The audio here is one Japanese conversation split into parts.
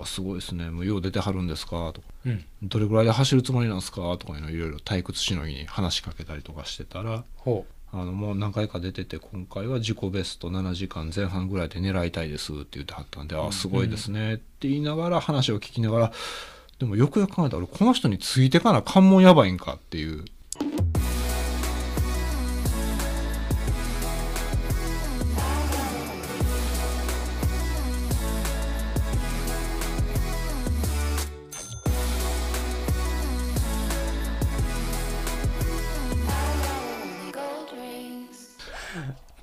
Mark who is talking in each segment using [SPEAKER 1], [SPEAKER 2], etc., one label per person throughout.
[SPEAKER 1] あすごいですねもうよう出てはるんですか」とか
[SPEAKER 2] うん
[SPEAKER 1] 「どれぐらいで走るつもりなんですか?」とかいうのをいろいろ退屈しのぎに話しかけたりとかしてたら
[SPEAKER 2] ほ
[SPEAKER 1] あのもう何回か出てて今回は自己ベスト7時間前半ぐらいで狙いたいですって言ってはったんで「あすごいですね」って言いながら話を聞きながらでもよくよく考えたら俺この人についてかな関門やばいんかっていう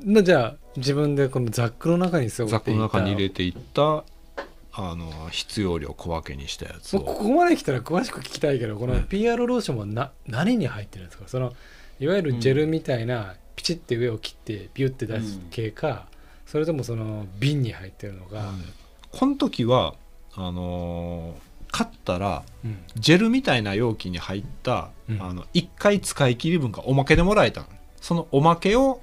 [SPEAKER 2] うなじゃあ自分でこのザックの中に背負
[SPEAKER 1] ザッ
[SPEAKER 2] って
[SPEAKER 1] ク
[SPEAKER 2] い
[SPEAKER 1] の
[SPEAKER 2] た
[SPEAKER 1] 中に入れていったあの必要量小分けにしたやつ
[SPEAKER 2] もうこ
[SPEAKER 1] を。
[SPEAKER 2] こまで来たら詳しく聞きたいけどこ
[SPEAKER 1] う
[SPEAKER 2] の
[SPEAKER 1] ん
[SPEAKER 2] PR ローションはな何に入ってるんですかそのいわゆるジェルみたいなピチって上を切ってビュって出す系か、それともその瓶に入ってるのが、
[SPEAKER 1] この時はあのー買ったら
[SPEAKER 2] うん
[SPEAKER 1] ジェルみたいな容器に入った、
[SPEAKER 2] うん
[SPEAKER 1] あの1回使い切り分がおまけでもらえたのそのおまけを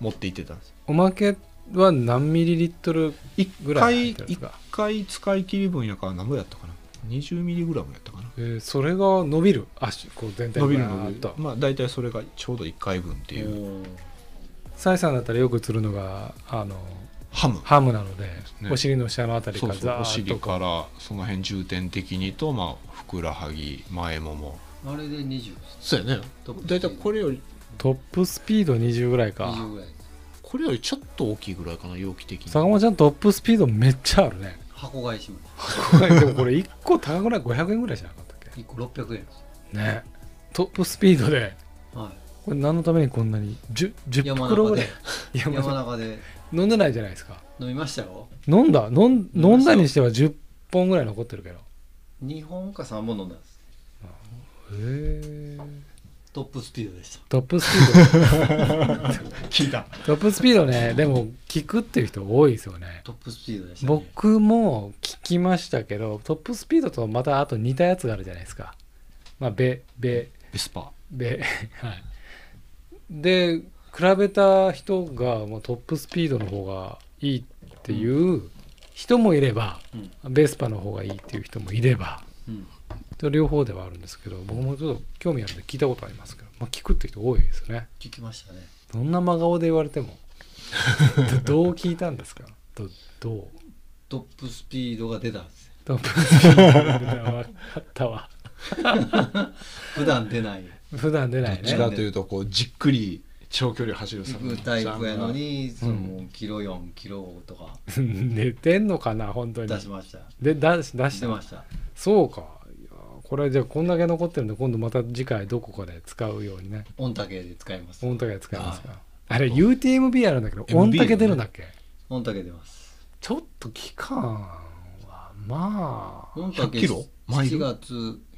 [SPEAKER 1] 持って行ってたんです
[SPEAKER 2] おまけは何ミリリットル
[SPEAKER 1] 1
[SPEAKER 2] ぐらい
[SPEAKER 1] 回
[SPEAKER 2] 入ってるんで
[SPEAKER 1] 一
[SPEAKER 2] すか
[SPEAKER 1] 回使い切り分やから何ぼやったかな 20mg やったかな
[SPEAKER 2] えーそれが伸びる足こう全体
[SPEAKER 1] 伸びる
[SPEAKER 2] が
[SPEAKER 1] 伸
[SPEAKER 2] ー
[SPEAKER 1] び
[SPEAKER 2] っ
[SPEAKER 1] る
[SPEAKER 2] と
[SPEAKER 1] まあ大体それがちょうど1回分っていう
[SPEAKER 2] サイさんだったらよく釣るのがあの
[SPEAKER 1] ハム
[SPEAKER 2] ハムなので、
[SPEAKER 1] ね
[SPEAKER 2] お尻の下のあたりか
[SPEAKER 1] そう
[SPEAKER 2] ら
[SPEAKER 1] そう
[SPEAKER 2] ザ
[SPEAKER 1] お
[SPEAKER 2] ーッ
[SPEAKER 1] 尻
[SPEAKER 2] とこ
[SPEAKER 1] からその辺重点的にとまあふくらはぎ前もも
[SPEAKER 3] あれで20
[SPEAKER 1] そうやね大体これより
[SPEAKER 2] うトップスピード20ぐらいか
[SPEAKER 3] 20ぐらい
[SPEAKER 1] これよりちょっと大きいぐらいかな容器的に
[SPEAKER 2] 坂本ちゃんトップスピードめっちゃあるね
[SPEAKER 3] 箱買いしま
[SPEAKER 2] でもこれ1個高くない500円ぐらいじゃなかったっ
[SPEAKER 3] す1個600円です
[SPEAKER 2] けねトップスピードで
[SPEAKER 3] は
[SPEAKER 2] これ何のためにこんなに 10,
[SPEAKER 3] い
[SPEAKER 2] 10
[SPEAKER 3] 山
[SPEAKER 2] 袋
[SPEAKER 3] 中
[SPEAKER 2] ぐらい
[SPEAKER 3] で
[SPEAKER 2] 山
[SPEAKER 3] 山
[SPEAKER 2] 中
[SPEAKER 3] 中で
[SPEAKER 2] 飲んでないじゃないですか
[SPEAKER 3] 飲みましたよ
[SPEAKER 2] 飲んだ飲ん飲んだにしては10本ぐらい残ってるけどへ
[SPEAKER 3] 2本か3本飲んだんです
[SPEAKER 2] え
[SPEAKER 3] トップスピードでした
[SPEAKER 2] トップスピード
[SPEAKER 1] 聞いた
[SPEAKER 2] トップスピード ねでも聞くっていう人多いですよね
[SPEAKER 3] トップスピードでした、ね、
[SPEAKER 2] 僕も聞きましたけどトップスピードとまたあと似たやつがあるじゃないですかまあベベ
[SPEAKER 1] エスパー
[SPEAKER 2] で, 、はい、で比べた人がもうトップスピードの方がいいっていう人もいれば、ベスパの方がいいっていう人もいれば
[SPEAKER 3] うん
[SPEAKER 2] 両方ではあるんですけど僕もちょっと興味あるんで聞いたことありますけど、まあ、聞くって人多いですよね
[SPEAKER 3] 聞きましたね
[SPEAKER 2] どんな真顔で言われ てもどどう聞いたんですかどどう
[SPEAKER 3] トップスピードが出たんですよ
[SPEAKER 2] トップスピードが分かったわ
[SPEAKER 3] 普段出ない
[SPEAKER 2] 普段出ない
[SPEAKER 1] どっち
[SPEAKER 2] ね
[SPEAKER 1] かというとこうじっくり長距離を走る
[SPEAKER 3] 行
[SPEAKER 1] 坂本
[SPEAKER 3] く
[SPEAKER 1] ち
[SPEAKER 3] タイ
[SPEAKER 1] ゃん
[SPEAKER 3] プ
[SPEAKER 1] が
[SPEAKER 3] やのにそのもうキロ4キロとか
[SPEAKER 2] 寝てんのかな本当に
[SPEAKER 3] 出しました
[SPEAKER 2] で出し出し
[SPEAKER 3] して
[SPEAKER 2] た
[SPEAKER 3] ました
[SPEAKER 2] そうかいやーこれじゃあこんだけ残ってるんで今度また次回どこかで使うようにね
[SPEAKER 3] オンタケで使います
[SPEAKER 2] 御嶽で使いますからあれ UTMB あるんだけど
[SPEAKER 1] MB
[SPEAKER 2] 御嶽出るんだっけ、
[SPEAKER 3] オンタケ出ます
[SPEAKER 2] ちょっと期間はまあ
[SPEAKER 3] オンタケ
[SPEAKER 1] 100キロマイル
[SPEAKER 3] 7月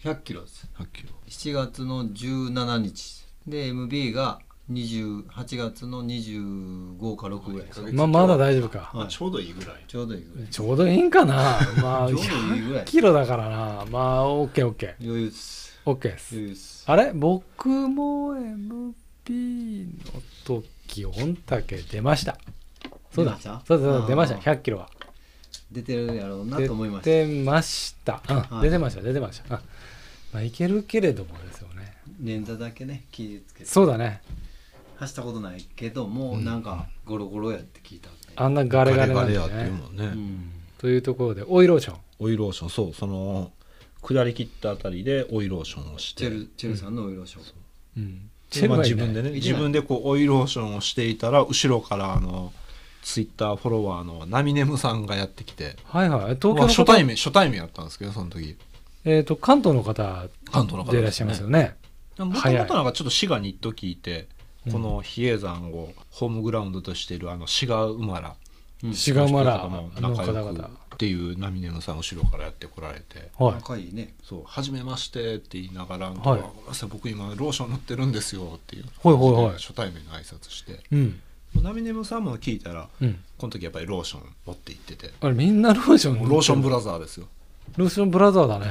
[SPEAKER 3] 100キロです
[SPEAKER 1] 100キロ
[SPEAKER 3] 7月の17日で MB が20 8月の25か6ぐらいですね
[SPEAKER 2] まあまだ大丈夫か
[SPEAKER 3] はい
[SPEAKER 1] ちょうどいいぐらい
[SPEAKER 3] ちょうどいいぐらい
[SPEAKER 2] ちょうどいいんかな まあ
[SPEAKER 3] ちょうどいいぐら
[SPEAKER 2] 100
[SPEAKER 3] い
[SPEAKER 2] キロだからなまあ OKOKOK
[SPEAKER 3] 余裕で
[SPEAKER 2] で
[SPEAKER 3] す
[SPEAKER 2] す
[SPEAKER 3] 余裕です
[SPEAKER 2] あれ僕も MP の時御嶽出ましたそうだ
[SPEAKER 3] 出ました
[SPEAKER 2] そうだそうだ出ました
[SPEAKER 3] あー
[SPEAKER 2] 100キロは
[SPEAKER 3] 出てるやろうなと思いました
[SPEAKER 2] 出てました、うん
[SPEAKER 3] はい
[SPEAKER 2] 出てました出てました、うんまあいけるけれどもですよね
[SPEAKER 3] 捻挫だけね気をつけて
[SPEAKER 2] そうだね
[SPEAKER 3] 走ったことないけどもうなんかゴロゴロやって聞いたんで
[SPEAKER 2] あんなガレガレなん
[SPEAKER 1] やっ
[SPEAKER 2] で
[SPEAKER 1] ていう
[SPEAKER 2] ね
[SPEAKER 1] もんね、
[SPEAKER 3] うん
[SPEAKER 2] というところでオイローション
[SPEAKER 1] オイルローションそうその下り切ったあたりでオイルローションをして
[SPEAKER 3] チェルチェルさんのお色ショー
[SPEAKER 2] チェル
[SPEAKER 1] まあ
[SPEAKER 2] はい
[SPEAKER 1] 自
[SPEAKER 2] ない
[SPEAKER 1] 分でね
[SPEAKER 3] いない
[SPEAKER 1] 自分でこうオイルローションをしていたら後ろからあのツイッターフォロワーのナミネムさんがやってきて
[SPEAKER 2] はいはい東京
[SPEAKER 1] まあ
[SPEAKER 2] の
[SPEAKER 1] 初
[SPEAKER 2] 方、
[SPEAKER 1] 対面初対面やったんですけどその時
[SPEAKER 2] えー、と関東の方
[SPEAKER 1] 関東の方
[SPEAKER 2] でいらっしゃいますよね
[SPEAKER 1] もと
[SPEAKER 2] 早い
[SPEAKER 1] もとなんかちょっと滋賀に一時いてこの比叡山をホームグラウンドとしているあの滋賀馬ら
[SPEAKER 3] うん
[SPEAKER 2] 志賀村
[SPEAKER 1] も
[SPEAKER 2] の
[SPEAKER 1] 仲
[SPEAKER 2] 方
[SPEAKER 1] 良く
[SPEAKER 2] 々
[SPEAKER 1] っていうナミネムさん後ろからやってこられて
[SPEAKER 2] はい
[SPEAKER 3] 仲いいね
[SPEAKER 1] 「そうはじめまして」って言いながら「
[SPEAKER 2] はい
[SPEAKER 1] あごめんなさい僕今ローション塗ってるんですよ」っていう
[SPEAKER 2] はいはいはい
[SPEAKER 1] 初対面の挨拶して
[SPEAKER 2] うん
[SPEAKER 1] ナミネムさんも聞いたら
[SPEAKER 2] うん
[SPEAKER 1] この時やっぱりローション持って行ってて
[SPEAKER 2] あれみんなローション
[SPEAKER 1] もうローションブラザーですよ
[SPEAKER 2] ローションブラザーだね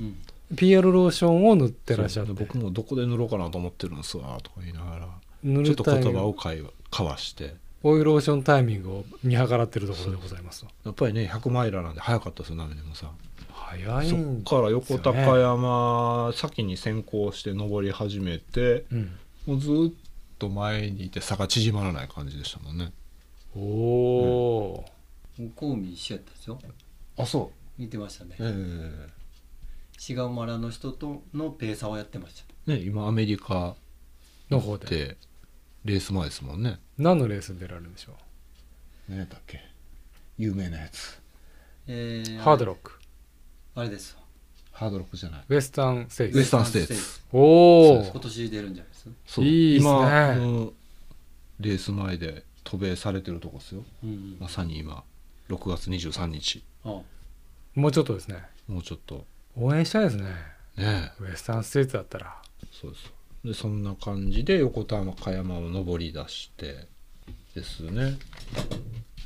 [SPEAKER 3] うん、
[SPEAKER 2] PR ローションを塗ってらっしゃっ
[SPEAKER 1] そう
[SPEAKER 2] て
[SPEAKER 1] 僕もどこで塗ろうかなと思ってるんですわとか言いながら
[SPEAKER 2] 塗
[SPEAKER 1] ちょっ
[SPEAKER 2] る
[SPEAKER 1] と
[SPEAKER 2] タイ
[SPEAKER 1] 言
[SPEAKER 2] ミング
[SPEAKER 1] 葉を交わ交わして
[SPEAKER 2] オイルオーションタイミングを見計らってるところでございます
[SPEAKER 1] やっぱりね100マイラーなんで早かったですよ何でもさ、
[SPEAKER 2] 早い
[SPEAKER 1] そ
[SPEAKER 2] ん
[SPEAKER 1] っから横高
[SPEAKER 2] ですよね
[SPEAKER 1] 山、先に先行して登り始めて
[SPEAKER 2] うん
[SPEAKER 1] もうずーっと前にいて差が縮まらない感じでしたもんね
[SPEAKER 2] おお
[SPEAKER 3] 向見一緒やったでしょ
[SPEAKER 1] あそ
[SPEAKER 3] 見てましたね
[SPEAKER 1] ええ
[SPEAKER 3] 志賀村の人とのペーサーをやってました
[SPEAKER 1] ね今アメリカ
[SPEAKER 2] の方で
[SPEAKER 1] でレース前ですもんね
[SPEAKER 2] 何のレースに出られるんでしょ
[SPEAKER 1] 何やったっけ有名なやつ
[SPEAKER 3] え
[SPEAKER 2] う
[SPEAKER 3] ー
[SPEAKER 2] ハードロック
[SPEAKER 3] あれですわ
[SPEAKER 1] ハードロックじゃない
[SPEAKER 2] ウエスタンセイ
[SPEAKER 1] ウエ
[SPEAKER 2] ス
[SPEAKER 1] スタンステーツ
[SPEAKER 2] お
[SPEAKER 1] そう
[SPEAKER 2] お
[SPEAKER 3] 今年出るんじゃないです
[SPEAKER 1] そう
[SPEAKER 2] いいっすね
[SPEAKER 1] 今のレース前で渡米されてるとこですよ
[SPEAKER 3] うんうん
[SPEAKER 1] まさに今6月23日
[SPEAKER 3] あ
[SPEAKER 2] もうちょっとですね
[SPEAKER 1] もうちょっと
[SPEAKER 2] 応援したいですね
[SPEAKER 1] ね
[SPEAKER 2] ウエスタンステーツだったら
[SPEAKER 1] えそうですでそんな感じで横田山山を登り出してですね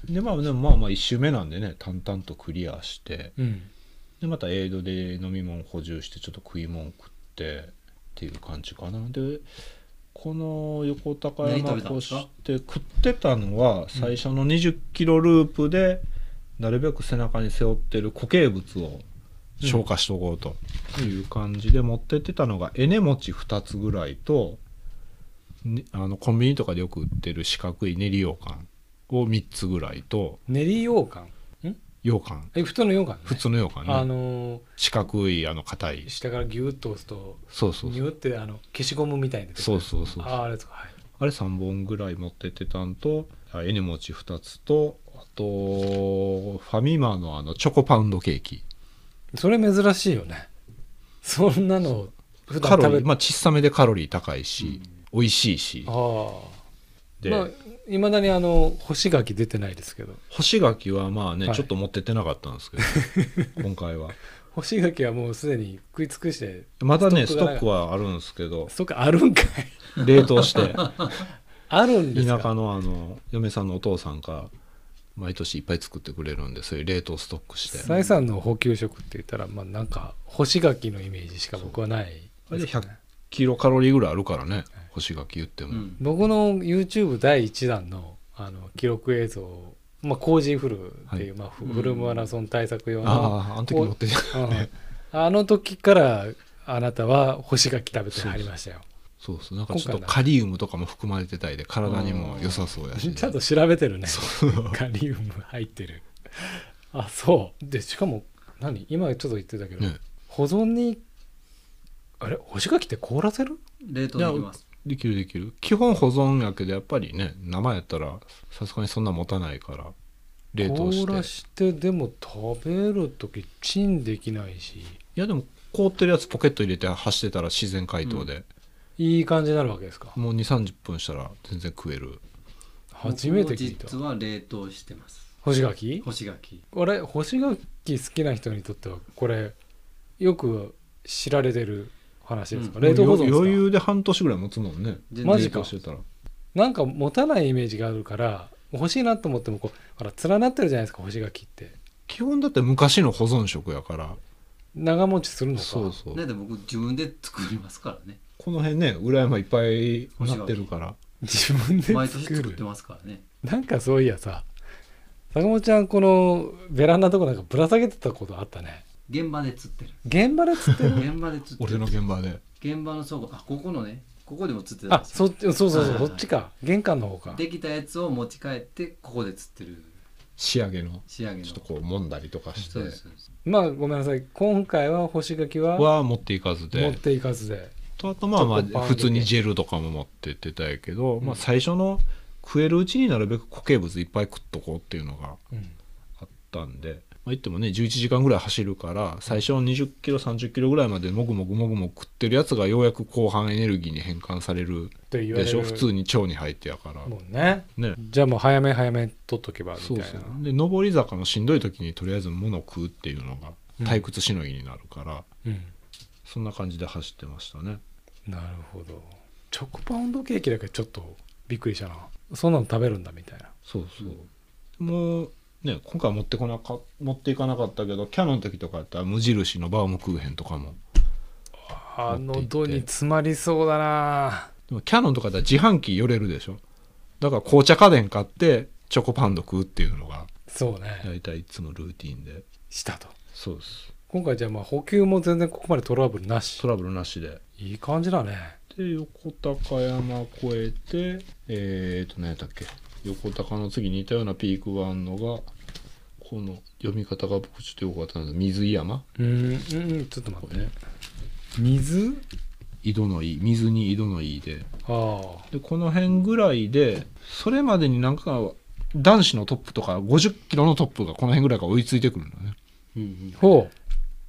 [SPEAKER 1] でまあでもまあまあ1周目なんでね淡々とクリアして
[SPEAKER 2] うん
[SPEAKER 1] でまたエイドで飲み物補充してちょっと食い物食ってっていう感じかなでこの横高
[SPEAKER 3] 何
[SPEAKER 1] 山
[SPEAKER 3] 食べたん
[SPEAKER 1] 越
[SPEAKER 3] ですか
[SPEAKER 1] して食ってたのは最初の20キロループでなるべく背中に背負ってる固形物を消化しておこうという感じで持ってってたのがエネ餅2つぐらいと、ねあのコンビニとかでよく売ってる四角い練り羊羹を3つぐらいと
[SPEAKER 2] 練り羊羹
[SPEAKER 1] 羊羹
[SPEAKER 2] え普通の羊羹ね
[SPEAKER 1] 普通の羊羹ね、
[SPEAKER 2] あのー
[SPEAKER 1] 四角いあの硬い
[SPEAKER 2] 下からギュッと押すと
[SPEAKER 1] そうそう
[SPEAKER 2] ニ
[SPEAKER 1] そう
[SPEAKER 2] ュってあの消しゴムみたいに出てく
[SPEAKER 1] そ
[SPEAKER 2] る
[SPEAKER 1] うそうそう
[SPEAKER 2] あああれですかはい
[SPEAKER 1] あれ3本ぐらい持ってってたんとあ N 餅2つとあとファミマのあのチョコパウンドケーキ
[SPEAKER 2] それ珍しいよねそんなの普段
[SPEAKER 1] カロ
[SPEAKER 2] 食
[SPEAKER 1] リ
[SPEAKER 2] べ
[SPEAKER 1] ーまあ小さめでカロリー高いし、美味しいし
[SPEAKER 2] ああ
[SPEAKER 1] で、
[SPEAKER 2] まあいまだにあの干し柿出てないですけど
[SPEAKER 1] 干し柿はまあね、
[SPEAKER 2] はい
[SPEAKER 1] ちょっと持ってってなかったんですけど 今回は
[SPEAKER 2] 干し柿はもうすでに食い尽くして
[SPEAKER 1] まだね
[SPEAKER 2] ス
[SPEAKER 1] ス
[SPEAKER 2] トック
[SPEAKER 1] ト
[SPEAKER 2] がない
[SPEAKER 1] ックはあるんですけど
[SPEAKER 2] そっかあるんか い
[SPEAKER 1] 冷凍して
[SPEAKER 2] あるんですか
[SPEAKER 1] 田舎のあの嫁さんのお父さんが毎年いっぱい作ってくれるんでそういう冷凍ストックして
[SPEAKER 2] サイさんの補給食って言ったらまあなんか干し柿のイメージしか僕はない
[SPEAKER 1] そうあれ
[SPEAKER 2] ですね
[SPEAKER 1] 100キロカロリーぐらいあるからね干し柿言っても、
[SPEAKER 3] うん
[SPEAKER 2] 僕の YouTube 第1弾のあの記録映像をまあ、コージーフルっていう、まあ、フ
[SPEAKER 3] うん
[SPEAKER 2] フルマラソン対策用の,
[SPEAKER 1] あああの時持ってた
[SPEAKER 2] うん、あの時からあなたは干し柿食べてはりましたよ
[SPEAKER 1] そうそうなんかちょっ
[SPEAKER 2] 今
[SPEAKER 1] と
[SPEAKER 2] 回な
[SPEAKER 1] カリウムとかも含まれてたりで体にも良さそうやし、
[SPEAKER 2] ちゃんと調べてるね
[SPEAKER 1] そう
[SPEAKER 2] カリウム入ってるあそうでしかも何今ちょっと言ってたけど、
[SPEAKER 1] ね
[SPEAKER 2] 保存にあれ干し柿って凍らせる
[SPEAKER 3] 冷凍できます
[SPEAKER 1] できるできる基本保存やけどやっぱりね生やったらさすがにそんな持たないから冷凍し
[SPEAKER 2] 凍
[SPEAKER 1] て
[SPEAKER 2] らしてでも食べる時チンできないし
[SPEAKER 1] いやでも凍ってるやつポケット入れて走ってたら自然解凍で、
[SPEAKER 2] いい感じになるわけですか
[SPEAKER 1] もう2 3 0分したら全然食える
[SPEAKER 2] 初めて聞いた
[SPEAKER 3] 僕も実は冷凍してます
[SPEAKER 2] 干し柿
[SPEAKER 3] 干し柿
[SPEAKER 2] あれ干し柿好きな人にとってはこれよく知られてる話ですか、
[SPEAKER 3] うん
[SPEAKER 2] 冷凍保存ですか
[SPEAKER 1] 余裕で半年ぐらい持つもんね
[SPEAKER 3] 全然
[SPEAKER 2] マジか
[SPEAKER 1] 冷凍してたら
[SPEAKER 2] なんか持たないイメージがあるから欲しいなと思ってもこうほら連なってるじゃないですか干し柿って
[SPEAKER 1] 基本だって昔の保存食やから
[SPEAKER 2] 長持ちするのか
[SPEAKER 1] そうそう
[SPEAKER 3] ねで僕自分で作りますから ね
[SPEAKER 1] この辺ね裏山いっぱいなってるから
[SPEAKER 2] 自分で
[SPEAKER 3] 毎
[SPEAKER 2] 作
[SPEAKER 3] 年
[SPEAKER 2] る
[SPEAKER 3] 作ってますからね
[SPEAKER 2] なんかそういやさ坂本ちゃんこのベランダのとこなんかぶら下げてたことあったね
[SPEAKER 3] 現場で釣ってる
[SPEAKER 2] 現場で釣って る
[SPEAKER 3] 現場で釣って
[SPEAKER 1] 俺
[SPEAKER 3] る
[SPEAKER 1] の現場で
[SPEAKER 3] 現場の倉庫あここのねここでも釣ってたん
[SPEAKER 2] あ
[SPEAKER 3] です
[SPEAKER 2] そ
[SPEAKER 3] よ
[SPEAKER 2] っちそうそう
[SPEAKER 3] はい
[SPEAKER 2] そう
[SPEAKER 3] はいは
[SPEAKER 2] そ
[SPEAKER 3] い
[SPEAKER 2] っちか玄関の方か
[SPEAKER 3] できたやつを持ち帰ってここで釣ってる
[SPEAKER 1] 仕上げの
[SPEAKER 3] 仕上げの
[SPEAKER 1] ちょっとこう揉んだりとかして
[SPEAKER 3] そうですそうです
[SPEAKER 2] まあごめんなさい今回は干し柿は
[SPEAKER 1] は持っていかず
[SPEAKER 2] 持っ
[SPEAKER 1] で
[SPEAKER 2] ていかずで
[SPEAKER 1] とあとまあま
[SPEAKER 2] ちょっとパン
[SPEAKER 1] あ
[SPEAKER 2] だけ
[SPEAKER 1] 普通にジェルとかも持ってってたんやけど、
[SPEAKER 2] うん
[SPEAKER 1] まあ、最初の食えるうちになるべく固形物いっぱい食っとこうっていうのが
[SPEAKER 2] うん
[SPEAKER 1] あったんで、まあ、言ってもね11時間ぐらい走るから最初の20キロ30キロぐらいまでもぐもぐもぐもぐ食ってるやつがようやく後半エネルギーに変換される
[SPEAKER 2] と言われる
[SPEAKER 1] でしょ普通に腸に入ってやから
[SPEAKER 2] もうね
[SPEAKER 1] ね
[SPEAKER 2] じゃあもう早め早め取っとけばみた
[SPEAKER 1] そ
[SPEAKER 2] いうな
[SPEAKER 1] そうで上り坂のしんどい時にとりあえず物を食うっていうのが退屈しのぎになるから、
[SPEAKER 2] うん
[SPEAKER 1] そんな感じで走ってましたね
[SPEAKER 2] なるほどチョコパウンドケーキだけちょっとびっくりしたなそんなの食べるんだみたいな
[SPEAKER 1] そうそう、もうね今回持ってこなか持っていかなかったけどキャノンの時とかやったら無印のバウムクーヘンとかも
[SPEAKER 2] あ
[SPEAKER 1] 持っていって
[SPEAKER 2] 喉に詰まりそうだな
[SPEAKER 1] でもキャノンとかだったら自販機寄れるでしょだから紅茶家電買ってチョコパンド食うっていうのが
[SPEAKER 2] そうね
[SPEAKER 1] 大体いつもルーティンで
[SPEAKER 2] したと
[SPEAKER 1] そうです
[SPEAKER 2] 今回じゃあまあ補給も全然ここまでトラブルなし
[SPEAKER 1] トラブルなしで
[SPEAKER 2] いい感じだね
[SPEAKER 1] で横高山越えてえー、と何やったっけ横高の次に似たようなピークがあるのがこの読み方が僕ちょっとよくわからないんです水井山
[SPEAKER 2] うんうんちょっと待
[SPEAKER 1] こ
[SPEAKER 2] って
[SPEAKER 1] れね
[SPEAKER 2] 水
[SPEAKER 1] 井戸の井水に井戸の井で
[SPEAKER 2] あ
[SPEAKER 1] でこの辺ぐらいでそれまでになんか男子のトップとか50キロのトップがこの辺ぐらいから追いついてくるんだね
[SPEAKER 3] うん
[SPEAKER 2] あほ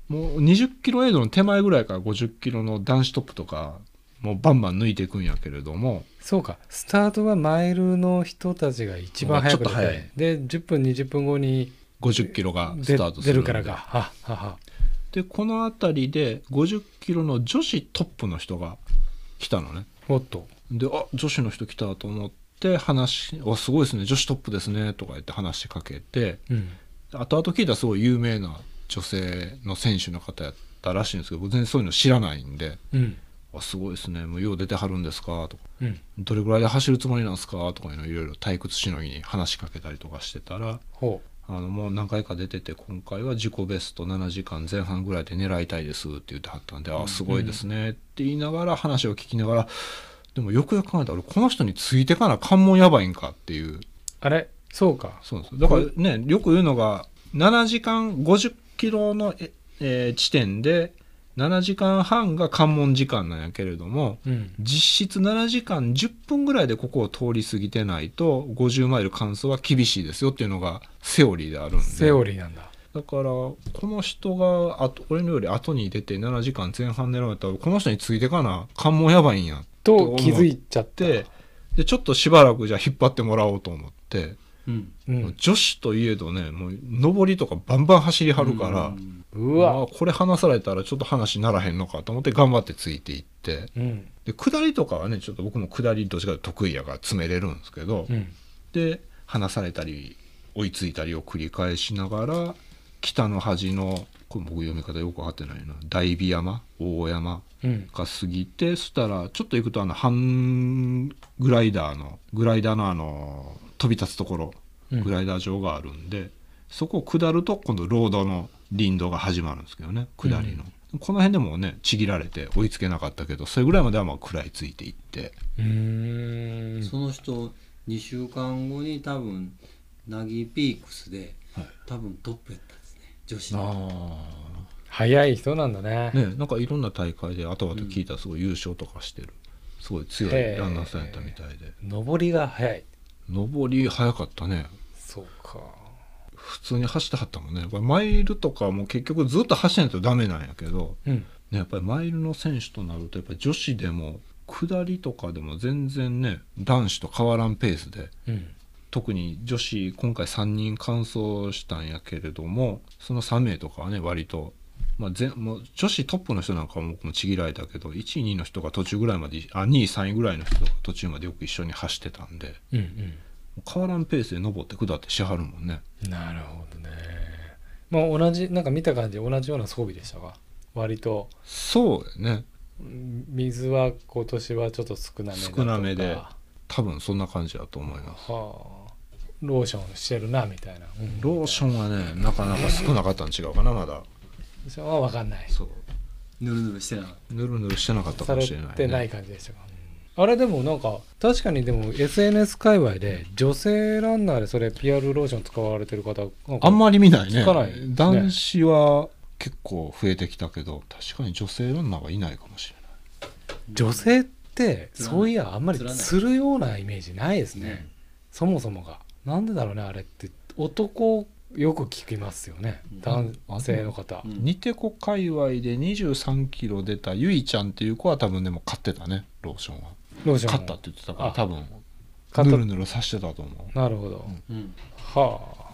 [SPEAKER 1] もう20キロエイドの手前ぐらいから50キロの男子トップとかもうバンバン抜いていくんやけれども
[SPEAKER 2] うそうかスタートはマイルの人たちが一番早く
[SPEAKER 1] ちょっと早い
[SPEAKER 2] で10分20分後に
[SPEAKER 1] 50キロが
[SPEAKER 2] で
[SPEAKER 1] スタートす
[SPEAKER 2] 出
[SPEAKER 1] る
[SPEAKER 2] る
[SPEAKER 1] んで
[SPEAKER 2] からかははは
[SPEAKER 1] でこの辺りで50キロの女子トップの人が来たのね
[SPEAKER 2] おっと
[SPEAKER 1] であ女子の人来たと思って話あすごいですね女子トップですねとか言って話しかけて
[SPEAKER 2] うん
[SPEAKER 1] 後々聞いたらすごい有名な女性の選手の方やったらしいんですけど僕全然そういうの知らないんで
[SPEAKER 2] うん
[SPEAKER 1] あすごいですねもうよう出てはるんですかとか
[SPEAKER 2] うん
[SPEAKER 1] どれぐらいで走るつもりなんですかとかいうのをいろいろ退屈しのぎに話しかけたりとかしてたら
[SPEAKER 2] ほ
[SPEAKER 1] あのもう何回か出てて今回は自己ベスト7時間前半ぐらいで狙いたいですって言ってはったんで、あすごいですねって言いながら話を聞きながらでもよくよく考えたら俺この人についてかな関門やばいんかっていう
[SPEAKER 2] うあれそうか
[SPEAKER 1] そうなんですよだからねよく言うのが7時間50キロの、ええー地点で7時間半が関門時間なんやけれども
[SPEAKER 2] うん
[SPEAKER 1] 実質7時間10分ぐらいでここを通り過ぎてないと50マイル完走は厳しいですよっていうのがセオリーであるんで
[SPEAKER 2] セオリーなんだ
[SPEAKER 1] だからこの人があと俺のより後に出て7時間前半狙われたらこの人についてかな関門やばいんやっ
[SPEAKER 2] と気づいちゃっ
[SPEAKER 1] て
[SPEAKER 2] て
[SPEAKER 1] でちょっとしばらくじゃあ引っ張ってもらおうと思って、
[SPEAKER 3] うん
[SPEAKER 2] うん、
[SPEAKER 1] 女子といえどねもう上りとかバンバン走りはるから、
[SPEAKER 2] う
[SPEAKER 1] ま
[SPEAKER 2] わ
[SPEAKER 1] あこれ話されたらちょっと話にならへんのかと思って頑張ってついていって
[SPEAKER 2] うん
[SPEAKER 1] で下りとかはねちょっと僕も下りどっちかというと得意やから詰めれるんですけど、
[SPEAKER 2] うん
[SPEAKER 1] で離されたり追いついたりを繰り返しながら北の端のこれ僕読み方よく分かってないな大美山大山
[SPEAKER 2] うん
[SPEAKER 1] が過ぎてそしたらちょっと行くとあの半グライダーのグライダーのあの飛び立つところ
[SPEAKER 2] うん
[SPEAKER 1] グライダー場があるんで、そこを下ると今度ロードの林道が始まるんですけどね下りの、この辺でもねちぎられて追いつけなかったけどそれぐらいまではまあ食らいついていって
[SPEAKER 2] うーん
[SPEAKER 3] その人2週間後に多分ナギピークスで、
[SPEAKER 1] はい
[SPEAKER 3] 多分トップやったんですね女子の
[SPEAKER 1] ああ
[SPEAKER 2] 早い人なんだね
[SPEAKER 1] ね、なんかいろんな大会で後々聞いたらすごい優勝とかしてる、すごい強いランナーさんやったみたいで
[SPEAKER 2] 上りが早い
[SPEAKER 1] 上り早かったね
[SPEAKER 2] そうか
[SPEAKER 1] 普通に走ってはったもんねやっぱりマイルとかも結局ずっと走らないとダメなんやけど、
[SPEAKER 2] うん
[SPEAKER 1] ね、やっぱりマイルの選手となるとやっぱり女子でも下りとかでも全然ね男子と変わらんペースで
[SPEAKER 2] うん
[SPEAKER 1] 特に女子今回3人完走したんやけれどもその3名とかはね割と、まあ、全もう女子トップの人なんかは僕もちぎられたけど1位2位の人が途中ぐらいまであ2位3位ぐらいの人が途中までよく一緒に走ってたんで
[SPEAKER 2] うん
[SPEAKER 1] 変わらんペースで登って下ってしはるもんね
[SPEAKER 2] うんなるほどねまあ同じなんか見た感じ同じような装備でしたか割と
[SPEAKER 1] そうやね
[SPEAKER 2] うん水は今年はちょっと少なめだとか
[SPEAKER 1] 少なめで
[SPEAKER 2] は
[SPEAKER 1] 多分そんな感じだと思います
[SPEAKER 2] あローションしてるなみたいな、うん
[SPEAKER 1] ローションはねなかなか少なかったん違うかなまだ
[SPEAKER 2] ローションは分かんない
[SPEAKER 1] そう
[SPEAKER 3] ぬるぬるしてなかっ
[SPEAKER 1] ぬるぬるしてなかったか
[SPEAKER 2] さ
[SPEAKER 1] も
[SPEAKER 2] れ
[SPEAKER 1] しれない、ね、
[SPEAKER 2] てない感じでしたか、あれでもなんか確かにでも SNS 界隈で女性ランナーでそれ PR ローション使われてる方なんか
[SPEAKER 1] あんまり見ないね
[SPEAKER 2] 聞かないね
[SPEAKER 1] 男子は結構増えてきたけど確かに女性ランナーがいないかもしれない
[SPEAKER 2] 女性ってそういやあんまり
[SPEAKER 3] 釣らない
[SPEAKER 2] 釣るようなイメージないです
[SPEAKER 3] た
[SPEAKER 2] ね、そもそもがなんでだろうねあれって男よく聞きますよね
[SPEAKER 3] うん
[SPEAKER 2] 男性の方
[SPEAKER 3] うん
[SPEAKER 1] ニテコ界隈で2 3キロ出たゆいちゃんっていう子は多分でも買ってたねローションは
[SPEAKER 2] ローション
[SPEAKER 1] 買ったって言ってたから
[SPEAKER 2] あ
[SPEAKER 1] 多分
[SPEAKER 2] 買っ
[SPEAKER 1] ぬ
[SPEAKER 2] た
[SPEAKER 1] るぬるさしてたと思う
[SPEAKER 2] なるほど、
[SPEAKER 3] うん
[SPEAKER 2] はあ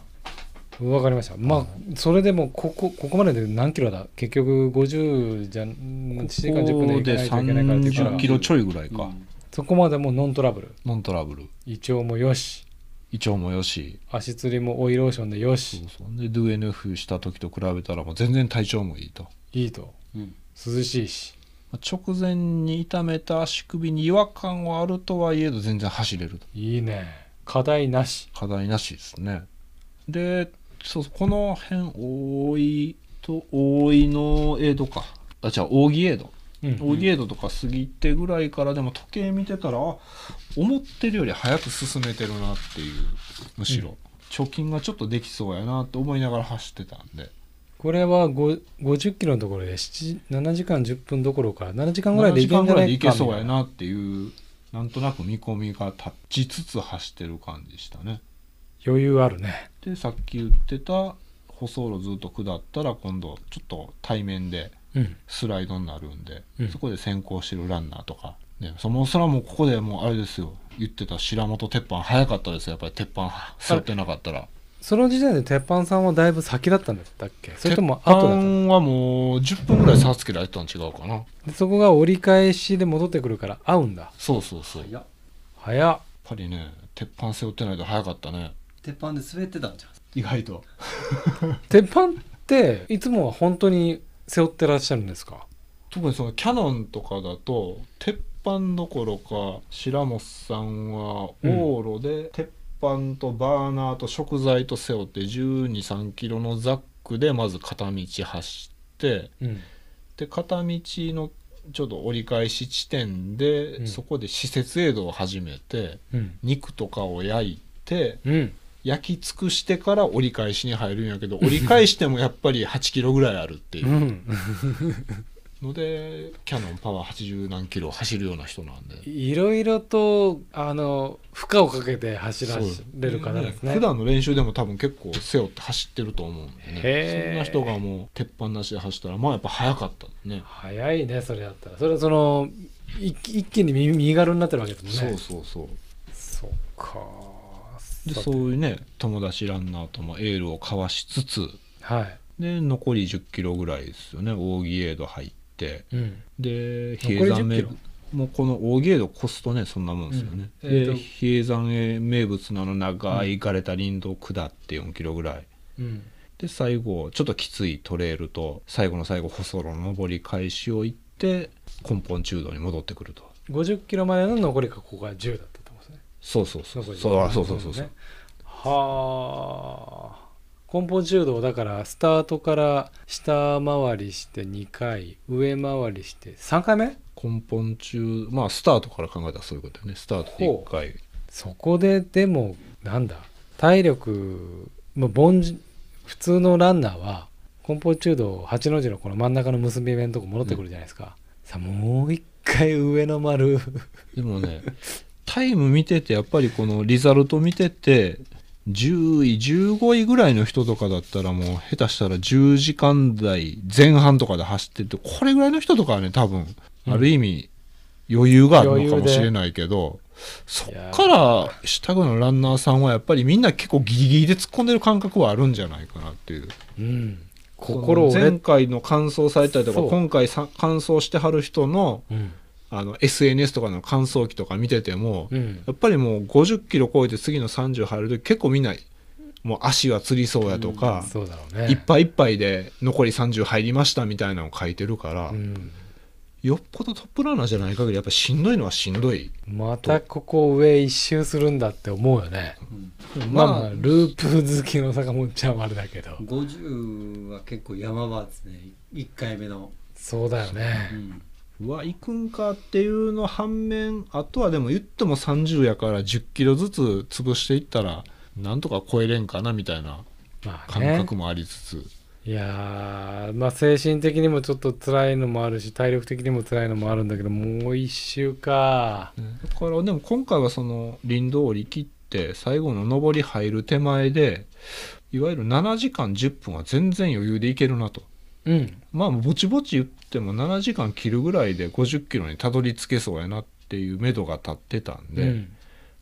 [SPEAKER 2] わかりましたまあそれでもここここまでで何キロだ結局50じゃ7時間10分で行かないといけないからっていうか
[SPEAKER 1] 30
[SPEAKER 2] ら
[SPEAKER 1] キロちょいぐらいか、
[SPEAKER 3] うん
[SPEAKER 2] そこまでもうノントラブル
[SPEAKER 1] ノントラブル
[SPEAKER 2] 胃腸もよし
[SPEAKER 1] 胃腸もよし
[SPEAKER 2] 足つりもオイローションでよ
[SPEAKER 1] そう
[SPEAKER 2] し
[SPEAKER 1] そうで DNF した時と比べたらもう全然体調もいいと
[SPEAKER 2] いいと
[SPEAKER 3] うん
[SPEAKER 2] 涼しいし
[SPEAKER 1] まあ直前に痛めた足首に違和感はあるとはいえど全然走れると
[SPEAKER 2] いいね課題なし
[SPEAKER 1] 課題なしですねでそうそうこの辺大井と大井のエイドかあ違う扇エイド
[SPEAKER 2] うん
[SPEAKER 1] オーディエードとか過ぎてぐらいからでも時計見てたらあ思ってるより早く進めてるなっていうむしろ、
[SPEAKER 2] うん
[SPEAKER 1] 貯金がちょっとできそうやなって思いながら走ってたんで
[SPEAKER 2] これはご50キロのところで7 7時間10分どころか7時間ぐらいで行けんじ
[SPEAKER 1] 7時
[SPEAKER 2] ゃ
[SPEAKER 1] 間ぐら
[SPEAKER 2] ない
[SPEAKER 1] で
[SPEAKER 2] い
[SPEAKER 1] い
[SPEAKER 2] か
[SPEAKER 1] けそうやなっていうなんとなく見込みが立ちつつ走ってる感じでしたね
[SPEAKER 2] 余裕あるね
[SPEAKER 1] でさっき言ってた舗装路ずっと下ったら今度ちょっと対面で
[SPEAKER 2] うん
[SPEAKER 1] スライドになるんで、
[SPEAKER 2] うん
[SPEAKER 1] そこで先行してるランナーとか、ね、そもそらもうここでもうあれですよ言ってた白本鉄板早かったですよやっぱり鉄板背負ってなかったら
[SPEAKER 2] その時点で鉄板さんはだいぶ先だったんだったっけそれとも後だったの
[SPEAKER 1] 鉄板はもう10分ぐらい差つけられてたん違うかな
[SPEAKER 2] でそこが折り返しで戻ってくるから合うんだ
[SPEAKER 1] そうそうそうやっ
[SPEAKER 2] 早っ
[SPEAKER 1] ぱりね鉄板背負ってないと早かったね
[SPEAKER 3] 鉄板で滑ってたんじゃん
[SPEAKER 1] 意外と
[SPEAKER 2] 鉄板っていつもは本当に背負ってらっしゃるんですか
[SPEAKER 1] 特にそのキャノンとかだと鉄板どころか白本さんは往路で鉄板とバーナーと食材と背負って1 2 3キロのザックでまず片道走って
[SPEAKER 2] うん
[SPEAKER 1] で片道のちょっと折り返し地点で、
[SPEAKER 2] うん
[SPEAKER 1] そこで施設営動を始めて
[SPEAKER 2] うん
[SPEAKER 1] 肉とかを焼いて
[SPEAKER 2] うん
[SPEAKER 1] 焼き尽くしてから折り返しに入るんやけど折り返してもやっぱり8キロぐらいあるっていう
[SPEAKER 2] う。ん
[SPEAKER 1] のでキャノンパワー80何キロ走るような人なんで
[SPEAKER 2] いろいろとあの負荷をかけて走ら
[SPEAKER 1] そう
[SPEAKER 2] れる方ですね
[SPEAKER 1] 普段の練習でも多分結構背負って走ってると思うんでね
[SPEAKER 2] へー
[SPEAKER 1] そんな人がもう鉄板なしで走ったらまあやっぱ速かったね
[SPEAKER 2] 早いねそれだったらそれはその一気一気に身身軽になってるわけですもん
[SPEAKER 1] そ
[SPEAKER 2] ね
[SPEAKER 1] うそうそう
[SPEAKER 2] そうか
[SPEAKER 1] で
[SPEAKER 2] さて
[SPEAKER 1] そういうね友達ランナーともエールを交わしつつ
[SPEAKER 2] はい
[SPEAKER 1] で残り1 0キロぐらいですよね扇エイド入って
[SPEAKER 2] うん
[SPEAKER 1] で比
[SPEAKER 2] 残り
[SPEAKER 1] 叡山
[SPEAKER 2] 10キ
[SPEAKER 1] 名
[SPEAKER 2] ロ
[SPEAKER 1] 物もうこの扇エイド越すとねそんなもんですよね、
[SPEAKER 2] う
[SPEAKER 1] で
[SPEAKER 2] んえーと
[SPEAKER 1] 比叡山名物のあの長い枯れた林道を下って4キロぐらい、
[SPEAKER 2] うん
[SPEAKER 1] で最後ちょっときついトレイルと最後の最後舗装路の登り返しを行って根本中道に戻ってくると
[SPEAKER 2] 50キロまでの残りがここが10だったってことですね
[SPEAKER 1] そうそうそう
[SPEAKER 2] 残
[SPEAKER 1] そう
[SPEAKER 2] り
[SPEAKER 1] そうそうそうそう
[SPEAKER 2] ねはあ根本柔道だからスタートから下回りして2回上回りして3回目
[SPEAKER 1] 根本中まあスタートから考えたらそういうことよねスタートで1回
[SPEAKER 2] そこででもなんだ体力もう凡人普通のランナーは根本中道八の字のこの真ん中の結び目のとこ戻ってくるじゃないですか、さあもう一回上の 丸
[SPEAKER 1] でもねタイム見ててやっぱりこのリザルト見てて10位15位ぐらいの人とかだったらもう下手したら10時間台前半とかで走っててこれぐらいの人とかはね多分
[SPEAKER 2] うん
[SPEAKER 1] ある意味余裕があるのか
[SPEAKER 2] 余裕
[SPEAKER 1] も
[SPEAKER 2] で
[SPEAKER 1] しれないけど、そっから下のランナーさんはやっぱりみんな結構ギリギリで突っ込んでる感覚はあるんじゃないかなっていう
[SPEAKER 2] うん心折
[SPEAKER 1] そ
[SPEAKER 2] れ
[SPEAKER 1] の前回の完走されたりとか
[SPEAKER 2] そう
[SPEAKER 1] 今回さ完走してはる人の
[SPEAKER 2] うん
[SPEAKER 1] あの SNS とかの乾燥機とか見てても、
[SPEAKER 2] うん
[SPEAKER 1] やっぱりもう50キロ超えて次の30入る時結構みんなもう足はつりそうやとか、
[SPEAKER 2] そうだろうね
[SPEAKER 1] いっぱいいっぱいで残り30入りましたみたいなのを書いてるから、
[SPEAKER 2] うん
[SPEAKER 1] よっぽどトップランナーじゃない限りやっぱしんどいのはしんどい、
[SPEAKER 2] またここ上一周するんだって思うよね、まあ、まあループ好きの坂本ちゃんはあれだけど
[SPEAKER 3] 50は結構山場ですね1回目の、
[SPEAKER 2] そうだよ
[SPEAKER 3] う
[SPEAKER 2] ね
[SPEAKER 3] ん
[SPEAKER 1] うわ行くんかっていうの反面あとはでも言っても30やから10キロずつ潰していったらなんとか超えれんかなみたいな
[SPEAKER 2] まあ
[SPEAKER 1] 感
[SPEAKER 2] ね
[SPEAKER 1] 覚もありつつ、
[SPEAKER 2] いやーまあ精神的にもちょっと辛いのもあるし体力的にも辛いのもあるんだけどもう一周か
[SPEAKER 1] だからでも今回はその林道を折り切って最後の上り入る手前でいわゆる7時間10分は全然余裕でいけるなと
[SPEAKER 2] うん
[SPEAKER 1] まあぼちぼち言っても7時間切るぐらいで5 0キロにたどり着けそうやなっていう目処が立ってたんで、
[SPEAKER 2] うん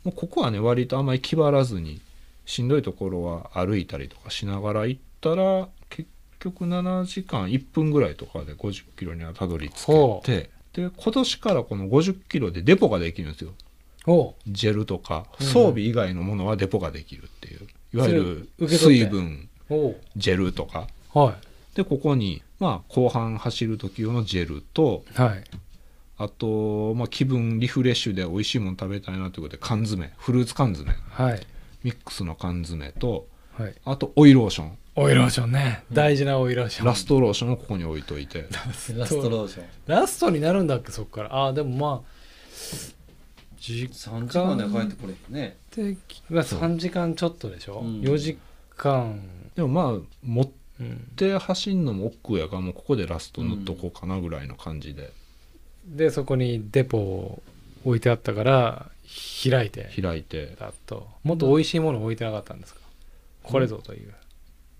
[SPEAKER 1] もうここはね割とあんまり気張らずにしんどいところは歩いたりとかしながら行ったら結局7時間1分ぐらいとかで5 0キロにはたどり着
[SPEAKER 2] ほ
[SPEAKER 1] けてで今年からこの5 0キロでデポができるんですよ。
[SPEAKER 2] お
[SPEAKER 1] ジェルとか
[SPEAKER 2] うん
[SPEAKER 1] 装備以外のものはデポができるっていう、いわゆ
[SPEAKER 2] それ
[SPEAKER 1] る
[SPEAKER 2] 受け取っ
[SPEAKER 1] 水
[SPEAKER 2] て
[SPEAKER 1] 分
[SPEAKER 2] お
[SPEAKER 1] ジェルとか
[SPEAKER 2] は
[SPEAKER 1] でここにまあ後半走る時用のジェルと
[SPEAKER 2] いはい
[SPEAKER 1] あと、まあ、気分リフレッシュで美味しいもの食べたいなということで缶詰フルーツ缶詰
[SPEAKER 2] はい
[SPEAKER 1] ミックスの缶詰と
[SPEAKER 2] はい
[SPEAKER 1] あとオイローション
[SPEAKER 2] オイローションね、大事なオイローション
[SPEAKER 1] ラストローションをここに置いとい て
[SPEAKER 3] ラストローション
[SPEAKER 2] ラストになるんだっけそっからああでもまあ時
[SPEAKER 3] 3時間で帰ってこれへんね
[SPEAKER 2] 的まあ3時間ちょっとでしょ、
[SPEAKER 3] うん
[SPEAKER 2] 4時間、
[SPEAKER 1] でもまあ持っ
[SPEAKER 2] うん
[SPEAKER 1] て走んのも億劫やからもうここでラスト塗っとこうかなぐらいの感じで
[SPEAKER 2] でそこにデポを置いてあったから開いて
[SPEAKER 1] 開いて、
[SPEAKER 2] だともっと美味しいもの置いてなかったんですか、これぞという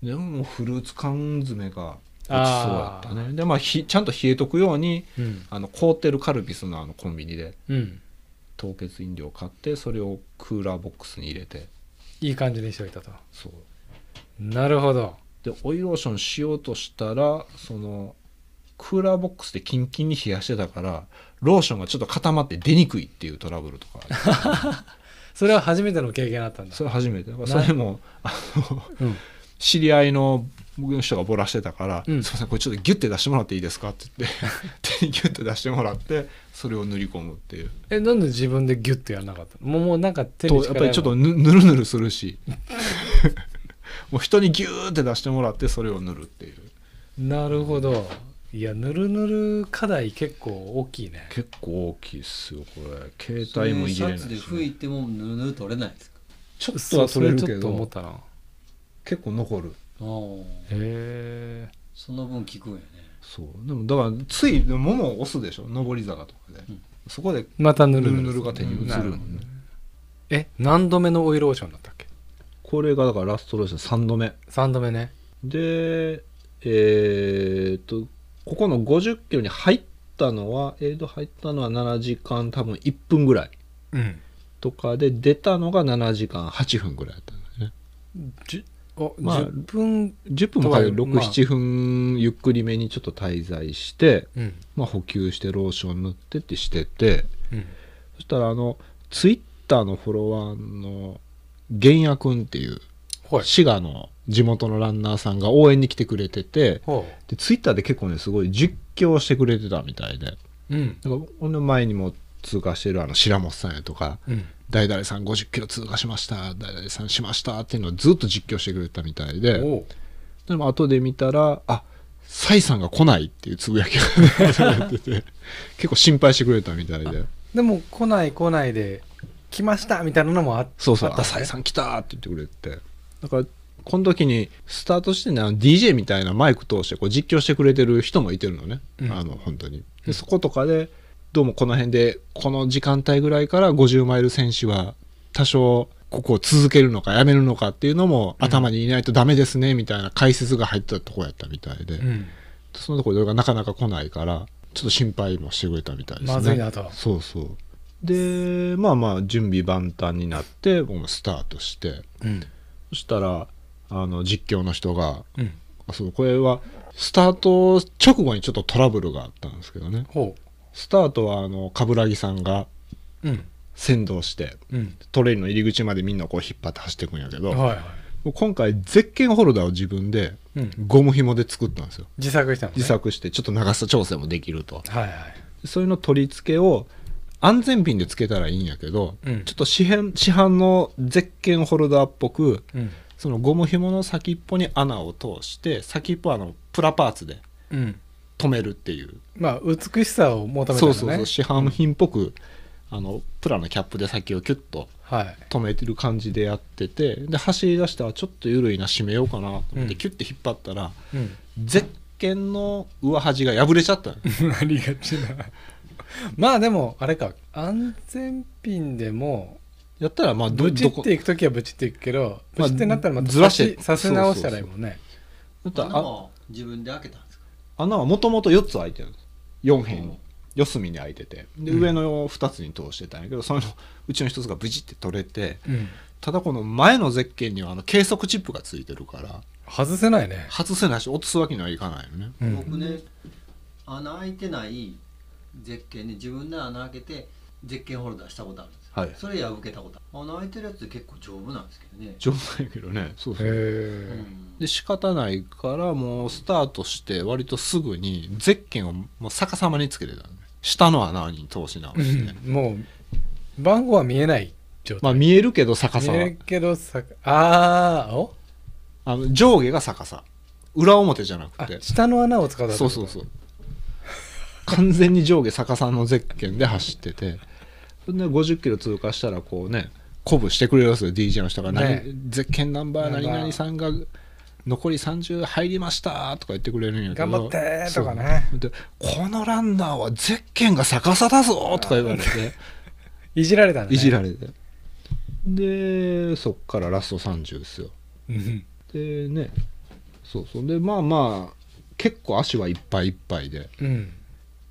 [SPEAKER 1] でももうフルーツ缶詰がごちそうや
[SPEAKER 2] あ
[SPEAKER 1] ったねでまあひちゃんと冷えとくように
[SPEAKER 2] ーうん
[SPEAKER 1] あの凍ってるカルピスのあのコンビニで
[SPEAKER 2] うん
[SPEAKER 1] 凍結飲料買ってそれをクーラーボックスに入れて
[SPEAKER 2] いい感じにしておいたと
[SPEAKER 1] そう
[SPEAKER 2] なるほど
[SPEAKER 1] でオイルローションしようとしたらそのクーラーボックスでキンキンに冷やしてたからローションがちょっと固まって出にくいっていうトラブルとかある
[SPEAKER 2] それは初めての経験だったん だ
[SPEAKER 1] それ初めてだからそれもあの
[SPEAKER 2] うん
[SPEAKER 1] 知り合いの僕の人がボラしてたから「
[SPEAKER 2] うん
[SPEAKER 1] すいませんこれちょっとギュッて出してもらっていいですか?」って言って 手にギュッて出してもらってそれを塗り込むっていう
[SPEAKER 2] えなんで自分でギュッとやらなかったのもうもうなんか手に
[SPEAKER 1] と
[SPEAKER 2] 力
[SPEAKER 1] やっぱりちょっとぬぬるぬるするし もう人にギューって出してもらってそれを塗るっていう
[SPEAKER 2] なるほどいやぬるぬる課題結構大きいね
[SPEAKER 1] 結構大きいっすよこれ携帯もいじれない
[SPEAKER 3] シャ
[SPEAKER 1] し、
[SPEAKER 3] ツで拭いてもぬるぬる取れないですか
[SPEAKER 1] ちょっと
[SPEAKER 2] そ
[SPEAKER 1] は
[SPEAKER 2] うそ
[SPEAKER 1] 取れ
[SPEAKER 2] れ
[SPEAKER 1] る
[SPEAKER 2] ち
[SPEAKER 1] け
[SPEAKER 2] ょっと思っ
[SPEAKER 1] ど
[SPEAKER 2] たなへ
[SPEAKER 1] 結構残る
[SPEAKER 3] ああ
[SPEAKER 2] え
[SPEAKER 3] その分効くんやね
[SPEAKER 1] そうでもだからついでももを押すでしょ上り坂とかで、
[SPEAKER 3] うん
[SPEAKER 1] そこで
[SPEAKER 2] またぬ
[SPEAKER 1] ぬ
[SPEAKER 2] る
[SPEAKER 1] る
[SPEAKER 2] ぬる
[SPEAKER 1] ぬるが手に移
[SPEAKER 2] な
[SPEAKER 1] る
[SPEAKER 2] る
[SPEAKER 1] も
[SPEAKER 2] ほど
[SPEAKER 1] んね
[SPEAKER 2] え何度目のオイルオーションだったっけ
[SPEAKER 1] これがだからラストローション3度目
[SPEAKER 2] 3度目ね
[SPEAKER 1] でえーっとここの50キロに入ったのはエイド入ったのは7時間多分1分ぐらい
[SPEAKER 2] うん
[SPEAKER 1] とかで出たのが7時間8分ぐらいだったんだよね
[SPEAKER 2] じあ、
[SPEAKER 1] まあ
[SPEAKER 2] 10分
[SPEAKER 1] 10分かけて
[SPEAKER 2] とはいえ
[SPEAKER 1] 67分ゆっくりめにちょっと滞在して、
[SPEAKER 2] うん
[SPEAKER 1] まあ、補給してローション塗ってってしてて
[SPEAKER 2] うん
[SPEAKER 1] そしたらあのツイッターのフォロワーの玄也君っていう
[SPEAKER 2] はい
[SPEAKER 1] 滋賀の地元のランナーさんが応援に来てくれてて
[SPEAKER 2] ほ
[SPEAKER 1] でツイッターで結構ねすごい実況してくれてたみたいで
[SPEAKER 2] ううん
[SPEAKER 1] なんかこの前にも通過してるあの白本さんやとか
[SPEAKER 2] うん
[SPEAKER 1] 「誰々さん50キロ通過しました誰々さんしました」っていうのをずっと実況してくれてたみたいで
[SPEAKER 2] おう
[SPEAKER 1] でも後で見たら「あサイさんが来ない」っていうつぶやきが出てて結構心配してくれたみたいで
[SPEAKER 2] でも来ない来ないで来ましたみたいなのもあった
[SPEAKER 1] そうそう
[SPEAKER 2] あ
[SPEAKER 1] 「
[SPEAKER 2] っ
[SPEAKER 1] あ
[SPEAKER 2] た
[SPEAKER 1] サイさん来た!」って言ってくれてだからこの時にスタートしてねあの DJ みたいなマイク通してこう実況してくれてる人もいてるのね、
[SPEAKER 2] うん
[SPEAKER 1] あの本当にでそことかでどうもこの辺でこの時間帯ぐらいから50マイル選手は多少ここを続けるのかやめるのかっていうのも頭にいないとダメですねみたいな解説が入ってたとこやったみたいで、
[SPEAKER 2] うん
[SPEAKER 1] そのところがなかなか来ないからちょっと心配もしてくれたみたいですね
[SPEAKER 2] まずいなと
[SPEAKER 1] そうそうでまあまあ準備万端になって僕もスタートして
[SPEAKER 2] うん
[SPEAKER 1] そしたらあの実況の人が
[SPEAKER 2] うん
[SPEAKER 1] あそうこれはスタート直後にちょっとトラブルがあったんですけどね
[SPEAKER 2] ほ
[SPEAKER 1] スタートはあの冠城さんが
[SPEAKER 2] ううん
[SPEAKER 1] 先導して
[SPEAKER 2] うん
[SPEAKER 1] トレイルの入り口までみんなをこう引っ張って走っていくんやけども
[SPEAKER 2] はいう
[SPEAKER 1] 今回ゼッケンホルダーを自分で
[SPEAKER 2] うん
[SPEAKER 1] ゴム紐で作ったんですよ
[SPEAKER 2] 自作したのね
[SPEAKER 1] 自作してちょっと長さ調整もできると
[SPEAKER 2] はいはい
[SPEAKER 1] そういうの取り付けを安全ピンで付けたらいいんやけど、
[SPEAKER 2] うん
[SPEAKER 1] ちょっと市販市販のゼッケンホルダーっぽく
[SPEAKER 2] うん
[SPEAKER 1] そのゴム紐の先っぽに穴を通して先っぽはあのプラパーツで
[SPEAKER 2] うん
[SPEAKER 1] 止めるっていう、
[SPEAKER 2] まあ美しさを求めたのね
[SPEAKER 1] そうそうそう市販品っぽく、あのプラのキャップで先をキュッと
[SPEAKER 2] はい
[SPEAKER 1] 止めてる感じでやっててで走り出したらちょっと緩いな締めようかなと思っ
[SPEAKER 2] う
[SPEAKER 1] て
[SPEAKER 2] ん
[SPEAKER 1] キュッて引っ張ったら、
[SPEAKER 2] うん
[SPEAKER 1] ゼッケンの上端が破れちゃったの
[SPEAKER 2] なりがちなまあでもあれか安全ピンでも
[SPEAKER 1] やったらまあど
[SPEAKER 2] ブチ
[SPEAKER 1] ど
[SPEAKER 2] っ
[SPEAKER 1] こ
[SPEAKER 2] ていく時はブチっていくけど
[SPEAKER 1] ま
[SPEAKER 2] ブ
[SPEAKER 1] あ
[SPEAKER 2] チってなったらまた
[SPEAKER 1] ずらして
[SPEAKER 2] させ直したらいいもんね
[SPEAKER 1] だった
[SPEAKER 3] 穴
[SPEAKER 1] らあ
[SPEAKER 3] は自分で開けたんですか
[SPEAKER 1] 穴はもともと4つ開いてるんです4辺
[SPEAKER 3] うん
[SPEAKER 1] に四隅に開いててで
[SPEAKER 2] うん
[SPEAKER 1] 上の2つに通してたんやけどそのうちの1つがブチって取れて
[SPEAKER 2] うん
[SPEAKER 1] ただこの前のゼッケンにはあの計測チップがついてるから
[SPEAKER 2] 外せないね
[SPEAKER 1] 外せないし落とすわけにはいかないよね
[SPEAKER 2] うん
[SPEAKER 3] 僕ね穴開いてない絶景に自分で穴開けて絶景ホルダーしたことあるんですよ
[SPEAKER 1] はい
[SPEAKER 3] それ破けたことある穴開いてるやつって結構丈夫なんですけどね、
[SPEAKER 1] 丈夫やけどねそう
[SPEAKER 2] へ
[SPEAKER 1] そう
[SPEAKER 3] う
[SPEAKER 2] え
[SPEAKER 3] ん
[SPEAKER 1] で仕方ないからもうスタートして割とすぐにゼッケンをもう逆さまにつけてたのね下の穴に通し直して、
[SPEAKER 2] うんもう番号は見えない状
[SPEAKER 1] ま
[SPEAKER 2] 態、
[SPEAKER 1] あ見えるけど逆
[SPEAKER 2] 見
[SPEAKER 1] さ
[SPEAKER 2] え
[SPEAKER 1] は
[SPEAKER 2] るけどさあーお
[SPEAKER 1] あの上下が逆さ裏表じゃなく
[SPEAKER 2] あ
[SPEAKER 1] て
[SPEAKER 2] 下の穴を使ったって
[SPEAKER 1] そ
[SPEAKER 2] こ
[SPEAKER 1] う
[SPEAKER 2] と
[SPEAKER 1] そうそう 完全に上下逆さのゼッケンで走っててそんで50キロ通過したらこうね鼓舞してくれますよ DJ の人が、
[SPEAKER 2] ね
[SPEAKER 1] 何ゼッケンナンバー
[SPEAKER 2] ナン
[SPEAKER 1] 何
[SPEAKER 2] バー
[SPEAKER 1] 々さんが残り30入りましたとか言ってくれるんやけど
[SPEAKER 2] 頑張ってーとかね
[SPEAKER 1] そうでこのランナーはゼッケンが逆さだぞとか言われて
[SPEAKER 2] いじられたんだ、ね、
[SPEAKER 1] いじられてでそっからラスト30ですよ
[SPEAKER 2] うん
[SPEAKER 1] でねそうそうでまあまあ結構足はいっぱいいっぱいで
[SPEAKER 2] うん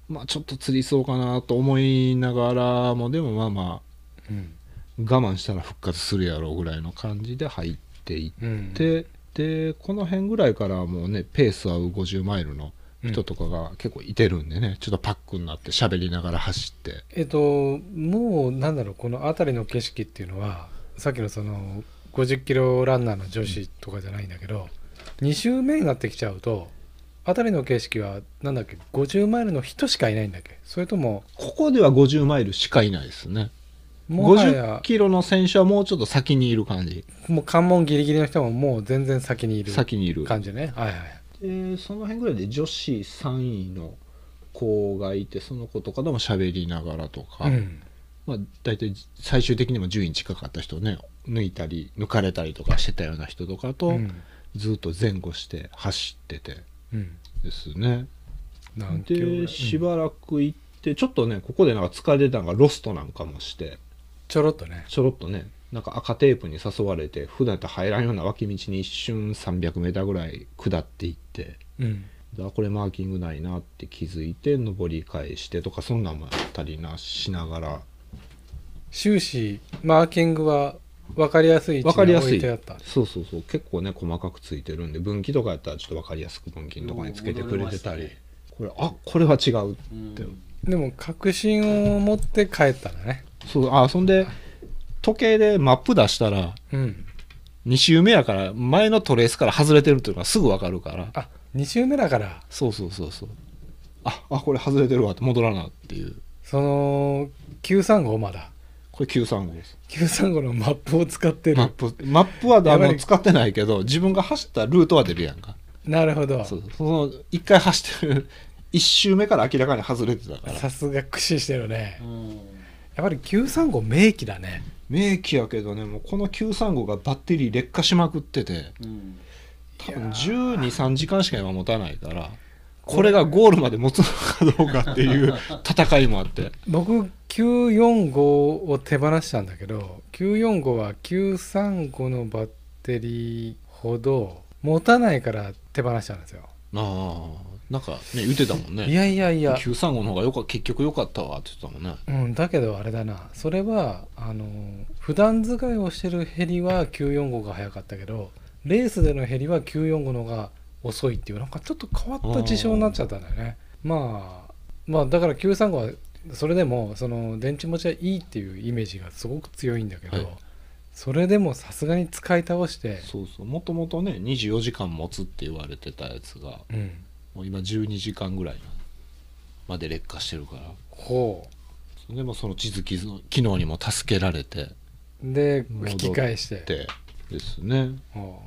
[SPEAKER 1] まあちょっと釣りそうかなと思いながらもでもまあまあ
[SPEAKER 2] うん
[SPEAKER 1] 我慢したら復活するやろうぐらいの感じで入ってい
[SPEAKER 2] うん
[SPEAKER 1] って、でこの辺ぐらいからはもうねペース合う50マイルの人とかが結構いてるんでね、ちょっとパックになって喋りながら走って
[SPEAKER 2] えっともうなんだろうこの辺りの景色っていうのはさっきのその50キロランナーの女子とかじゃないんだけど、2周目になってきちゃうと辺りの景色はなんだっけ50マイルの人しかいないんだっけそれとも
[SPEAKER 1] ここでは50マイルしかいないですね
[SPEAKER 2] もは
[SPEAKER 1] 50
[SPEAKER 2] や
[SPEAKER 1] キロの選手はもうちょっと先にいる感じ
[SPEAKER 2] もう関門ギリギリの人ももう全然先にいる
[SPEAKER 1] 先にいる
[SPEAKER 2] 感じねはいはい
[SPEAKER 1] でその辺ぐらいで女子3位の子がいてその子とかでも喋りながらとか、
[SPEAKER 2] うん
[SPEAKER 1] まあ、大体最終的にも10位近かった人をね抜いたり抜かれたりとかしてたような人とかと、
[SPEAKER 2] うん
[SPEAKER 1] ずっと前後して走ってて
[SPEAKER 2] うん
[SPEAKER 1] ですね。
[SPEAKER 2] 何キロぐらい
[SPEAKER 1] でし
[SPEAKER 2] うん
[SPEAKER 1] ばらく行ってちょっとねここでなんか疲れてたのがロストなんかもして
[SPEAKER 2] ちょろっとね
[SPEAKER 1] ちょろっとねなんか赤テープに誘われて普段やったら入らんような脇道に一瞬 300m ぐらい下っていって。
[SPEAKER 2] うん
[SPEAKER 1] であこれマーキングないなって気づいて登り返してとかそんなんもあったりなしながら
[SPEAKER 2] 終始マーキングは分かりやすい位
[SPEAKER 1] 分か
[SPEAKER 2] 置
[SPEAKER 1] り
[SPEAKER 2] に
[SPEAKER 1] やす
[SPEAKER 2] 置
[SPEAKER 1] い
[SPEAKER 2] いてあった
[SPEAKER 1] そうそうそう結構ね細かくついてるんで分岐とかやったらちょっと分かりやすく分岐のとこにつけてくれてたり
[SPEAKER 3] うん
[SPEAKER 1] これあこれは違う
[SPEAKER 3] うん
[SPEAKER 1] でも
[SPEAKER 2] でも確信を持って帰ったんだね
[SPEAKER 1] そうあそんで時計でマップ出したら
[SPEAKER 2] うん
[SPEAKER 1] 2周目やから前のトレースから外れてるっていうのがすぐ分かるから
[SPEAKER 2] あ2周目だから
[SPEAKER 1] そうそうそうそうああこれ外れてるわって戻らなっていう
[SPEAKER 2] その935まだ
[SPEAKER 1] これ935です
[SPEAKER 2] 935のマップを使って
[SPEAKER 1] マッ
[SPEAKER 2] る
[SPEAKER 1] プマップはあ
[SPEAKER 2] やっぱ
[SPEAKER 1] の
[SPEAKER 2] り
[SPEAKER 1] 使ってないけど自分が走ったルートは出るやんか
[SPEAKER 2] なるほど
[SPEAKER 1] そうその1回走ってる1周目から明らかに外れてたから
[SPEAKER 2] さすが駆使してるね
[SPEAKER 3] うん
[SPEAKER 2] やっぱり935名機だね
[SPEAKER 1] 名機やけどねもうこの935がバッテリー劣化しまくってて
[SPEAKER 3] うん
[SPEAKER 1] 多
[SPEAKER 2] い
[SPEAKER 1] 分
[SPEAKER 2] や
[SPEAKER 1] 1 2 3時間しか今持たないから これがゴールまで持つのかどうかっていう戦いもあ って
[SPEAKER 2] 僕945を手放したんだけど945は935のバッテリーほど持たないから手放したんですよ、
[SPEAKER 1] ああなんかね言ってたもん
[SPEAKER 2] い
[SPEAKER 1] ね
[SPEAKER 2] やいやいや
[SPEAKER 1] 935の方がよか結局良かったわって言ってたもんね
[SPEAKER 2] うん、だけどあれだなそれはあの普段使いをしてるヘリは945が早かったけどレースでのヘリは945のが遅いっていうなんかちょっと変わった事象になっちゃったんだよねまあまあだから935はそれでもその電池持ちはいいっていうイメージがすごく強いんだけど、
[SPEAKER 1] はい
[SPEAKER 2] それでもさすがに使い倒して
[SPEAKER 1] そうそうもともとね24時間持つって言われてたやつが
[SPEAKER 2] うん
[SPEAKER 1] もう今12時間ぐらいまで劣化してるから
[SPEAKER 2] ほ
[SPEAKER 1] それでもその地図機能機能にも助けられて
[SPEAKER 2] うで
[SPEAKER 1] 戻って
[SPEAKER 2] 引き返して
[SPEAKER 1] でですね
[SPEAKER 2] ほ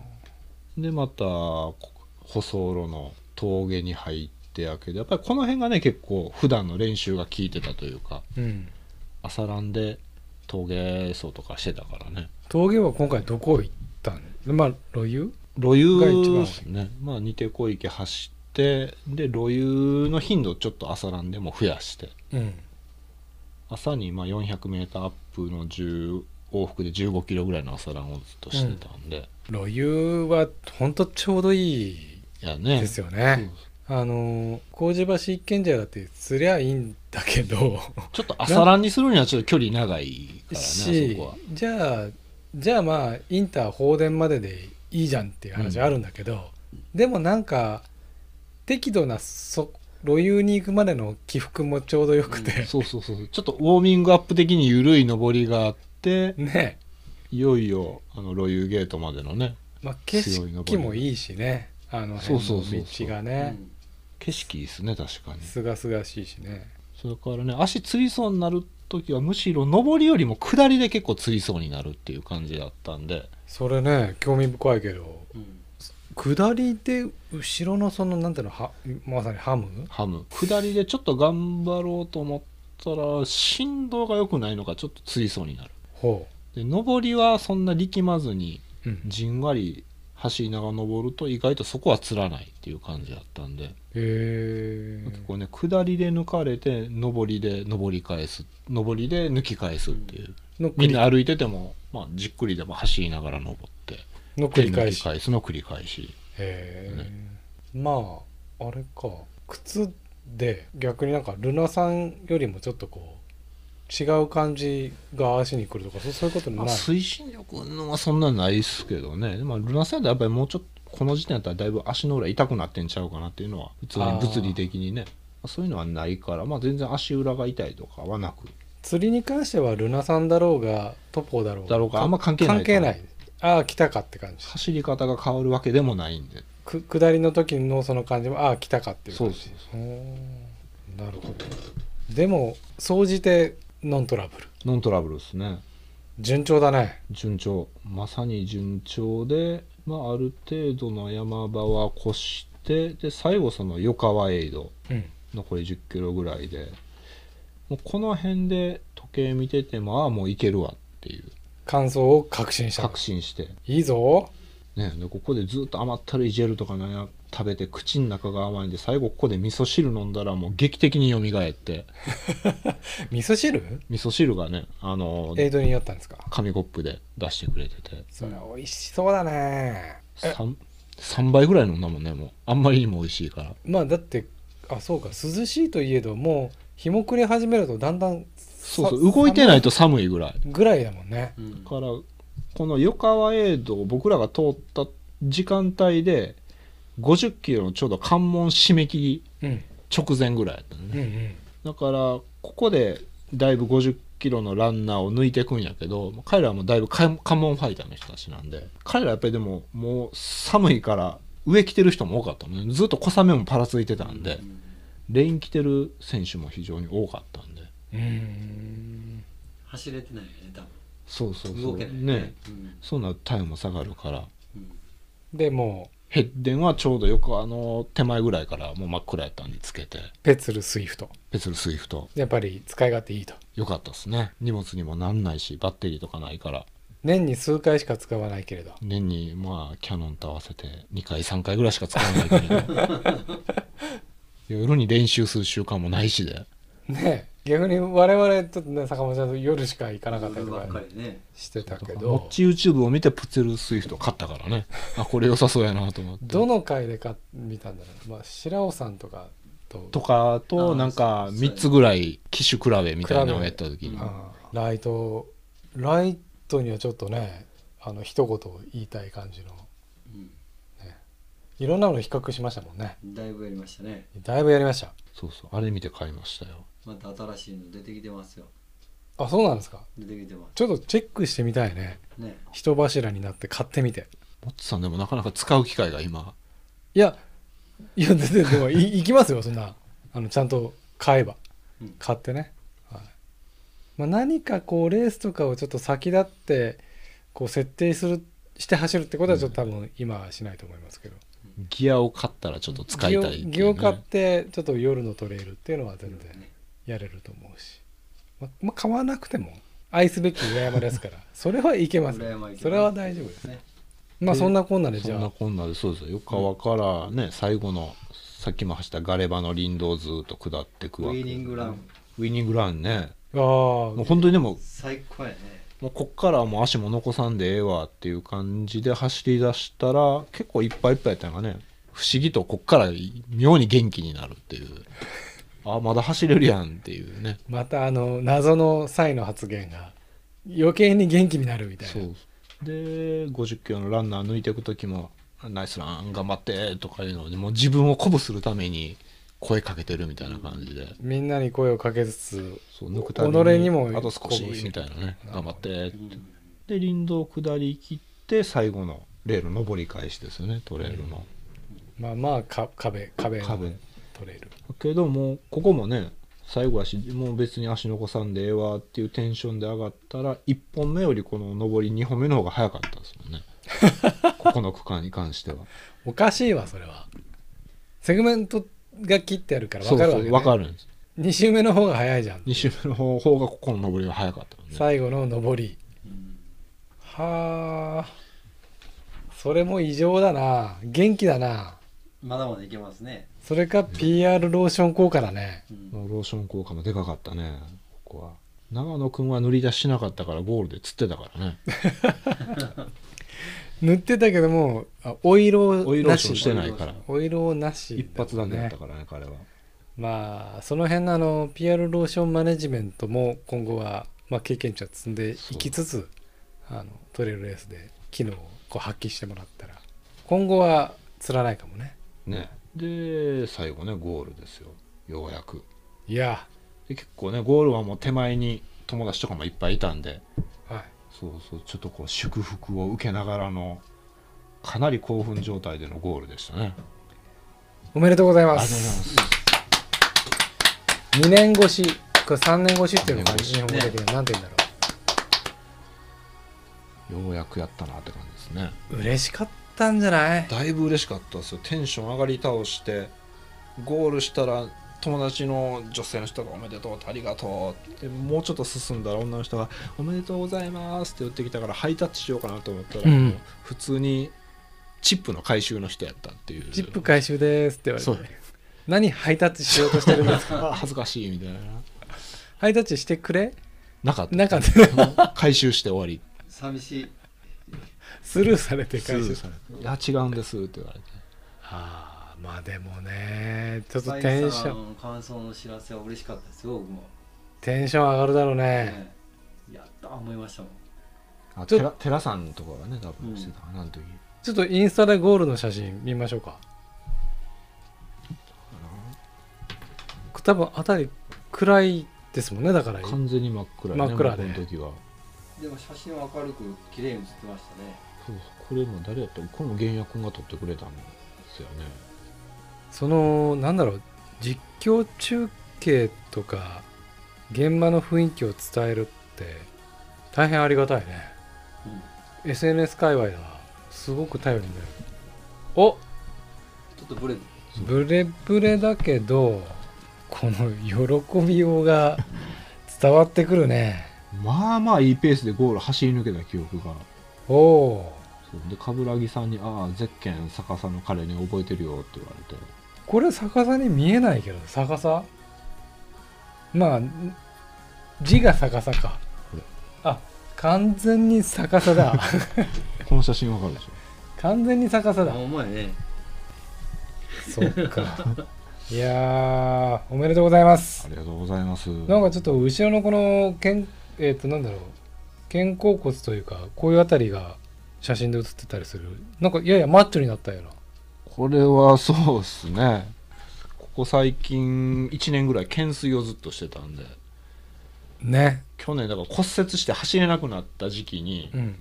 [SPEAKER 1] でまたこ舗装路の峠に入ってやけどやっぱりこの辺がね結構普段の練習が効いてたというか
[SPEAKER 2] う、うん、
[SPEAKER 1] 朝ランで峠走とかしてたからね
[SPEAKER 2] 峠は今回どこ行ったんまあ路遊
[SPEAKER 1] 路
[SPEAKER 2] が一
[SPEAKER 1] 遊
[SPEAKER 2] 番
[SPEAKER 1] ですねまあ似て小池走ってで路遊の頻度をちょっと朝ランでも増やして
[SPEAKER 2] うん
[SPEAKER 1] 朝にまあ 400m アップの10往復で1 5キロぐらいの朝ランをずっとしてたんで、
[SPEAKER 2] 露遊は本当ちょうどいい
[SPEAKER 1] いやね
[SPEAKER 2] ですよ
[SPEAKER 1] そう
[SPEAKER 2] ね。あの麹橋一軒茶屋だってすりゃいいんだけど、
[SPEAKER 1] ちょっと朝ランにするにはちょっと距離長いからねあそ
[SPEAKER 2] し
[SPEAKER 1] こは
[SPEAKER 2] じゃあじゃあまあインター放電まででいいじゃんっていう話あるんだけど、でもなんか適度なそ露遊に行くまでの起伏もちょうどよくて、
[SPEAKER 1] そうそうそうちょっとウォーミングアップ的に緩い上りがあって
[SPEAKER 2] ね、
[SPEAKER 1] いよいよあのロユーゲートまでのね
[SPEAKER 2] まあ、景色もいいしねあの辺
[SPEAKER 1] そう
[SPEAKER 2] の
[SPEAKER 1] そうそうそう
[SPEAKER 2] 道が
[SPEAKER 3] う
[SPEAKER 2] ね
[SPEAKER 3] ん
[SPEAKER 1] 景色いいっすね確かに
[SPEAKER 2] すがすがしいしね。
[SPEAKER 1] それからね足つりそうになる時はむしろ上りよりも下りで結構つりそうになるっていう感じだったんで
[SPEAKER 2] それね興味深いけど
[SPEAKER 3] うん
[SPEAKER 2] 下りで後ろのそのなんていうのはまさにハム
[SPEAKER 1] ハム下りでちょっと頑張ろうと思ったら振動が良くないのかちょっとつりそうになる
[SPEAKER 2] ほ
[SPEAKER 1] で上りはそんな力まずに
[SPEAKER 2] う、うん、
[SPEAKER 1] じんわり走りながら登ると意外とそこはつらないっていう感じだったんで、
[SPEAKER 2] へえ
[SPEAKER 1] 結構ね下りで抜かれて上りで上り返す上りで抜き返すっていう、
[SPEAKER 2] の
[SPEAKER 1] み
[SPEAKER 2] 繰
[SPEAKER 1] ん
[SPEAKER 2] り
[SPEAKER 1] な歩いてても、まあ、じっくりでも走りながら登って
[SPEAKER 2] の繰
[SPEAKER 1] で
[SPEAKER 2] り
[SPEAKER 1] 抜
[SPEAKER 2] 返
[SPEAKER 1] き
[SPEAKER 2] し
[SPEAKER 1] 返すの繰り返し
[SPEAKER 2] へえ、まああれか靴で逆になんかルナさんよりもちょっとこう違う感じが足に来るとかそそういうこと
[SPEAKER 1] ま
[SPEAKER 2] な
[SPEAKER 1] あ、
[SPEAKER 2] い、
[SPEAKER 1] 推進力のはそんなないっすけどね、まあ、ルナサイドはやっぱりもうちょっとこの時点だったらだいぶ足の裏痛くなってんちゃうかなっていうのは普通に物理的にねそういうのはないから、まあ、全然足裏が痛いとかはなく
[SPEAKER 2] 釣りに関してはルナさんだろうがトポだろうが
[SPEAKER 1] だろうがあんま関係ない
[SPEAKER 2] 関係ないああ来たかって感じ
[SPEAKER 1] 走り方が変わるわけでもないんで
[SPEAKER 2] く下りの時のその感じもああ来たかっていう
[SPEAKER 1] そう
[SPEAKER 2] 感
[SPEAKER 1] で
[SPEAKER 2] じ
[SPEAKER 1] す
[SPEAKER 2] おーなるほどでも総じてノントラブル
[SPEAKER 1] ノントラブルですね
[SPEAKER 2] 順調だね
[SPEAKER 1] 順調まさに順調で、まあ、ある程度の山場は越してで最後その横川エイド
[SPEAKER 2] うん
[SPEAKER 1] 残り1 0キロぐらいでもうこの辺で時計見ててもああもういけるわっていう
[SPEAKER 2] 感想を確信した
[SPEAKER 1] 確信して、
[SPEAKER 2] いいぞ
[SPEAKER 1] ね、でここでずっと甘ったるいジェルとかなんや食べて口の中が甘いんで最後ここで味噌汁飲んだらもう劇的に蘇って
[SPEAKER 2] 味噌汁
[SPEAKER 1] 味噌汁がねあの
[SPEAKER 2] エイドにやったんですか
[SPEAKER 1] 紙コップで出してくれてて
[SPEAKER 2] それ美味しそうだね
[SPEAKER 1] 3, 3倍ぐらい飲んだもんねもうあんまりにも美味しいから
[SPEAKER 2] まあだってあそうか涼しいといえどもう日も暮れ始めるとだんだん
[SPEAKER 1] そうそう動いてない
[SPEAKER 2] と
[SPEAKER 1] と寒いぐらい
[SPEAKER 2] ぐらいだもんね
[SPEAKER 3] うん
[SPEAKER 1] だからこの横川映像を僕らが通った時間帯で50キロのちょうど関門締め切り
[SPEAKER 2] うん
[SPEAKER 1] 直前ぐらいやったのね
[SPEAKER 2] うんうん
[SPEAKER 1] だからここでだいぶ50キロのランナーを抜いていくんやけど彼らはもうだいぶ関関門ファイターの人たちなんで彼らやっぱりでももう寒いから上着てる人も多かったもんねずっと小雨もパラついてたんで、レイン着てる選手も非常に多かったんで
[SPEAKER 2] うーん
[SPEAKER 3] 走れてないよね多
[SPEAKER 1] そうそう
[SPEAKER 3] 分
[SPEAKER 1] そ
[SPEAKER 3] 動
[SPEAKER 1] う
[SPEAKER 3] けない
[SPEAKER 1] ね
[SPEAKER 3] うん
[SPEAKER 1] そうなると体温も下がるから
[SPEAKER 3] うん
[SPEAKER 2] でも
[SPEAKER 1] ヘッデンはちょうどよくあの手前ぐらいからもう真っ暗やったんでつけて
[SPEAKER 2] うペツルスイフト
[SPEAKER 1] ペツルスイフト
[SPEAKER 2] やっぱり使い勝手いいと
[SPEAKER 1] よかったですね荷物にもなんないしバッテリーとかないから
[SPEAKER 2] 年に数回しか使わないけれど
[SPEAKER 1] 年にまあキャノンと合わせて2回3回ぐらいしか使わないけど 夜に練習する習慣もないしで
[SPEAKER 2] ね逆に我々ちょっとね坂本ちゃんと夜しか行かなかったり
[SPEAKER 3] 夜
[SPEAKER 2] と
[SPEAKER 3] ばっか
[SPEAKER 2] か
[SPEAKER 3] りね
[SPEAKER 2] してたけ
[SPEAKER 1] モッ
[SPEAKER 2] ど
[SPEAKER 1] チ YouTube を見てプツルスイフト買ったからねあこれ良さそうやなと思って
[SPEAKER 2] どの回でか見たんだろう、まあ、白尾さんとかと
[SPEAKER 1] とかと
[SPEAKER 3] あ
[SPEAKER 1] なんか
[SPEAKER 3] そうそう
[SPEAKER 1] 3つぐらい機種比べみたいなのをやった時に
[SPEAKER 3] 比べ
[SPEAKER 2] あーライトライトにはちょっとねあの一言言いたい感じのいろんなもの比較しましたもんね
[SPEAKER 3] うんだいぶやりましたね
[SPEAKER 2] だいぶやりました
[SPEAKER 1] そうそうあれ見て買いましたよ
[SPEAKER 3] また新しいの出てきてますよ
[SPEAKER 2] あそうなんですか
[SPEAKER 3] 出てきてま
[SPEAKER 2] ちょっとチェックしてみたいね
[SPEAKER 3] すね
[SPEAKER 2] 人柱になって買ってみて
[SPEAKER 1] モッチさんでもなかなか使う機会が今
[SPEAKER 2] いやいや全然でもい行きますよそんなあのちゃんと買えば
[SPEAKER 3] うん
[SPEAKER 2] 買ってね、はいまあ、何かこうレースとかをちょっと先立ってこう設定するして走るってことはちょっと多分今はしないと思いますけど、
[SPEAKER 1] ギアを買ったらちょっと使いたいっていうね
[SPEAKER 2] ギオギオ買ってちょっと夜のトレイルっていうのは全然やれると思うし、まま買わなくても愛すべき裏山ですから それはいけます
[SPEAKER 3] 裏山いけます
[SPEAKER 2] それは大丈夫です
[SPEAKER 3] ね
[SPEAKER 2] まあそんなこんなでじ
[SPEAKER 1] そ
[SPEAKER 2] ゃ
[SPEAKER 1] んな
[SPEAKER 2] あ
[SPEAKER 1] こんなでそうですよ横川からね、最後のさっきも走ったガレバの林道をずーっと下ってく
[SPEAKER 3] ウ
[SPEAKER 1] わけ
[SPEAKER 3] ィーニングラン
[SPEAKER 1] ウィニングランね
[SPEAKER 2] あー
[SPEAKER 1] もう本当にでも
[SPEAKER 3] 最高やね
[SPEAKER 1] もうこっからはもう足も残さんでええわっていう感じで走り出したら結構いっぱいいっぱいやったのがね不思議とこっから妙に元気になるっていうあまだ走れるやんっていうね
[SPEAKER 2] またあの謎の際の発言が余計に元気になるみたい
[SPEAKER 1] そ
[SPEAKER 2] な
[SPEAKER 1] うで50キロのランナー抜いていく時も「ナイスラン頑張って」とかいうのでもう自分を鼓舞するために声かけてるみたいな感じで、
[SPEAKER 2] みんなに声をかけつつ
[SPEAKER 1] そう抜くため
[SPEAKER 2] 己にも
[SPEAKER 1] あと少し
[SPEAKER 2] 鼓舞し
[SPEAKER 1] みたいなね
[SPEAKER 2] なるほど
[SPEAKER 1] 頑張って
[SPEAKER 3] うん
[SPEAKER 1] で林道下り切って最後のレール登り返しですよねトレールの
[SPEAKER 2] まあまあか壁壁の
[SPEAKER 1] 壁
[SPEAKER 2] トレイル
[SPEAKER 1] だけどもここもね最後やしもう別に足残さんでええわっていうテンションで上がったら1本目よりこの上り2本目の方が早かったです もんねここの区間に関しては
[SPEAKER 2] おかしいわそれはセグメントが切ってあるから
[SPEAKER 1] そう
[SPEAKER 2] 分かる
[SPEAKER 1] そ
[SPEAKER 2] わけ、
[SPEAKER 1] う
[SPEAKER 2] ね、
[SPEAKER 1] 分かるんです
[SPEAKER 2] 2周目の方が早いじゃん
[SPEAKER 1] 2周目の方方がここの上りが早かったもんね
[SPEAKER 2] 最後の上り
[SPEAKER 3] うん
[SPEAKER 2] はあそれも異常だな元気だな
[SPEAKER 3] まだまだいけますね、
[SPEAKER 2] それか PR ローション効果だね
[SPEAKER 3] うん
[SPEAKER 1] もうローション効果もでかかったねここは長野君は塗り出ししなかったからゴールで釣ってたから ね
[SPEAKER 2] 塗ってたけどもあお色
[SPEAKER 1] オイロー
[SPEAKER 2] な
[SPEAKER 1] ション
[SPEAKER 2] し
[SPEAKER 1] してないから
[SPEAKER 2] お色なし、
[SPEAKER 1] 一発弾でやったからね彼は
[SPEAKER 2] まあその辺のあの PR ローションマネジメントも今後は、まあ、経験値を積んでいきつつあのトレイルレースで機能をこう発揮してもらったら今後は釣らないかもね
[SPEAKER 1] ねで最後ねゴールですよようやく
[SPEAKER 2] いや
[SPEAKER 1] で結構ねゴールはもう手前に友達とかもいっぱいいたんで
[SPEAKER 2] はい
[SPEAKER 1] そうそうちょっとこう祝福を受けながらのかなり興奮状態でのゴールでしたね
[SPEAKER 2] おめでとうござい
[SPEAKER 1] あり
[SPEAKER 2] ま
[SPEAKER 1] がとうございますす
[SPEAKER 2] 2年越しこれ3年越しっていうのが
[SPEAKER 1] 三年越し
[SPEAKER 2] 日本語的には何て言うんだろ
[SPEAKER 1] ようやくやったなって感じですね
[SPEAKER 2] う嬉しかったんじゃない
[SPEAKER 1] だいぶ嬉しかったですよテンション上がり倒してゴールしたら友達の女性の人が「おめでとう」って「ありがとう」ってもうちょっと進んだら女の人が「おめでとうございます」って寄ってきたからハイタッチしようかなと思ったら、
[SPEAKER 2] うん
[SPEAKER 1] もう普通にチップの回収の人やったっていう
[SPEAKER 2] チップ回収ですって言
[SPEAKER 1] そ
[SPEAKER 2] わ
[SPEAKER 1] う
[SPEAKER 2] れて何ハイタッチしようとしてるんですか
[SPEAKER 1] あ恥ずかしいみたいな
[SPEAKER 2] ハイタッチしてくれ
[SPEAKER 1] なかった
[SPEAKER 2] なかった
[SPEAKER 1] 回収して終わ り
[SPEAKER 3] 寂しい
[SPEAKER 2] スルーされて回
[SPEAKER 1] スル
[SPEAKER 2] 収
[SPEAKER 1] ーされていや違うんですって言われて
[SPEAKER 2] ああまあでもねちょっと
[SPEAKER 3] サイ
[SPEAKER 2] テンシ
[SPEAKER 3] さ
[SPEAKER 2] ョン
[SPEAKER 3] んの感想の知らせは嬉しかったですよ僕も、
[SPEAKER 2] テンション上がるだろうね、
[SPEAKER 3] ねやった思いましたもん
[SPEAKER 1] あ
[SPEAKER 2] ちょ
[SPEAKER 1] 寺寺さんとかがね多分してたかな、あの時
[SPEAKER 2] ちょっとインスタでゴールの写真見ましょうか多分あたり暗いですもんねだから
[SPEAKER 1] 完全に真っ暗
[SPEAKER 2] 真っ暗で
[SPEAKER 1] もうこの時は。
[SPEAKER 3] でも写真は明るく綺麗に写ってましたね
[SPEAKER 1] そうそうこれも誰やったこれも源也君が撮ってくれたんですよね
[SPEAKER 2] そのなんだろう実況中継とか現場の雰囲気を伝えるって大変ありがたいね SNS 界隈だなすごく頼りになるお
[SPEAKER 3] ちょっとブレる
[SPEAKER 2] ブレブレだけどこの喜びようが伝わってくるね
[SPEAKER 1] まあまあいいペースでゴール走り抜けた記憶が
[SPEAKER 2] おお
[SPEAKER 1] そうで冠城さんに「ああゼッケン逆さの彼ね覚えてるよ」って言われて
[SPEAKER 2] これ逆さに見えないけど逆さまあ字が逆さか
[SPEAKER 1] これ
[SPEAKER 2] あ完全に逆さだ
[SPEAKER 1] この写真わかるでしょ
[SPEAKER 2] 完全に逆さだ
[SPEAKER 3] お前ね
[SPEAKER 2] そうかいやーおめでとうございま
[SPEAKER 1] あ
[SPEAKER 2] す
[SPEAKER 1] りがとうございます
[SPEAKER 2] なんかちょっと後ろのこの肩えっ、となんだろう肩甲骨というかこういうあたりが写真で写ってたりするなんかややマッチョになったような
[SPEAKER 1] これはそうっすねここ最近1年ぐらい懸垂をずっとしてたんで
[SPEAKER 2] ね
[SPEAKER 1] 去年だから骨折して走れなくなった時期に、
[SPEAKER 2] うん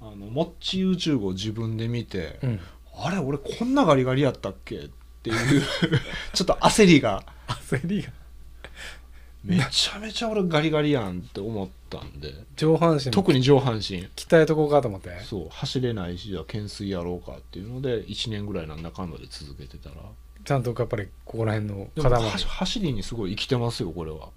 [SPEAKER 1] あのモッチ YouTube を自分で見て、
[SPEAKER 2] うん
[SPEAKER 1] あれ俺こんなガリガリやったっけっていう ちょっと焦りが
[SPEAKER 2] 焦りが
[SPEAKER 1] めちゃめちゃ俺ガリガリやんって思ったんで
[SPEAKER 2] 上半身特
[SPEAKER 1] 特に上半身
[SPEAKER 2] 鍛えとこうかと思って
[SPEAKER 1] そう走れないしじゃあ懸垂やろうかっていうので1年ぐらいなんだかんだで続けてたら
[SPEAKER 2] ちゃんとやっぱりここら辺の
[SPEAKER 1] でも
[SPEAKER 2] 肩
[SPEAKER 1] は
[SPEAKER 2] まで
[SPEAKER 1] し走りにすごい生きてますよこれは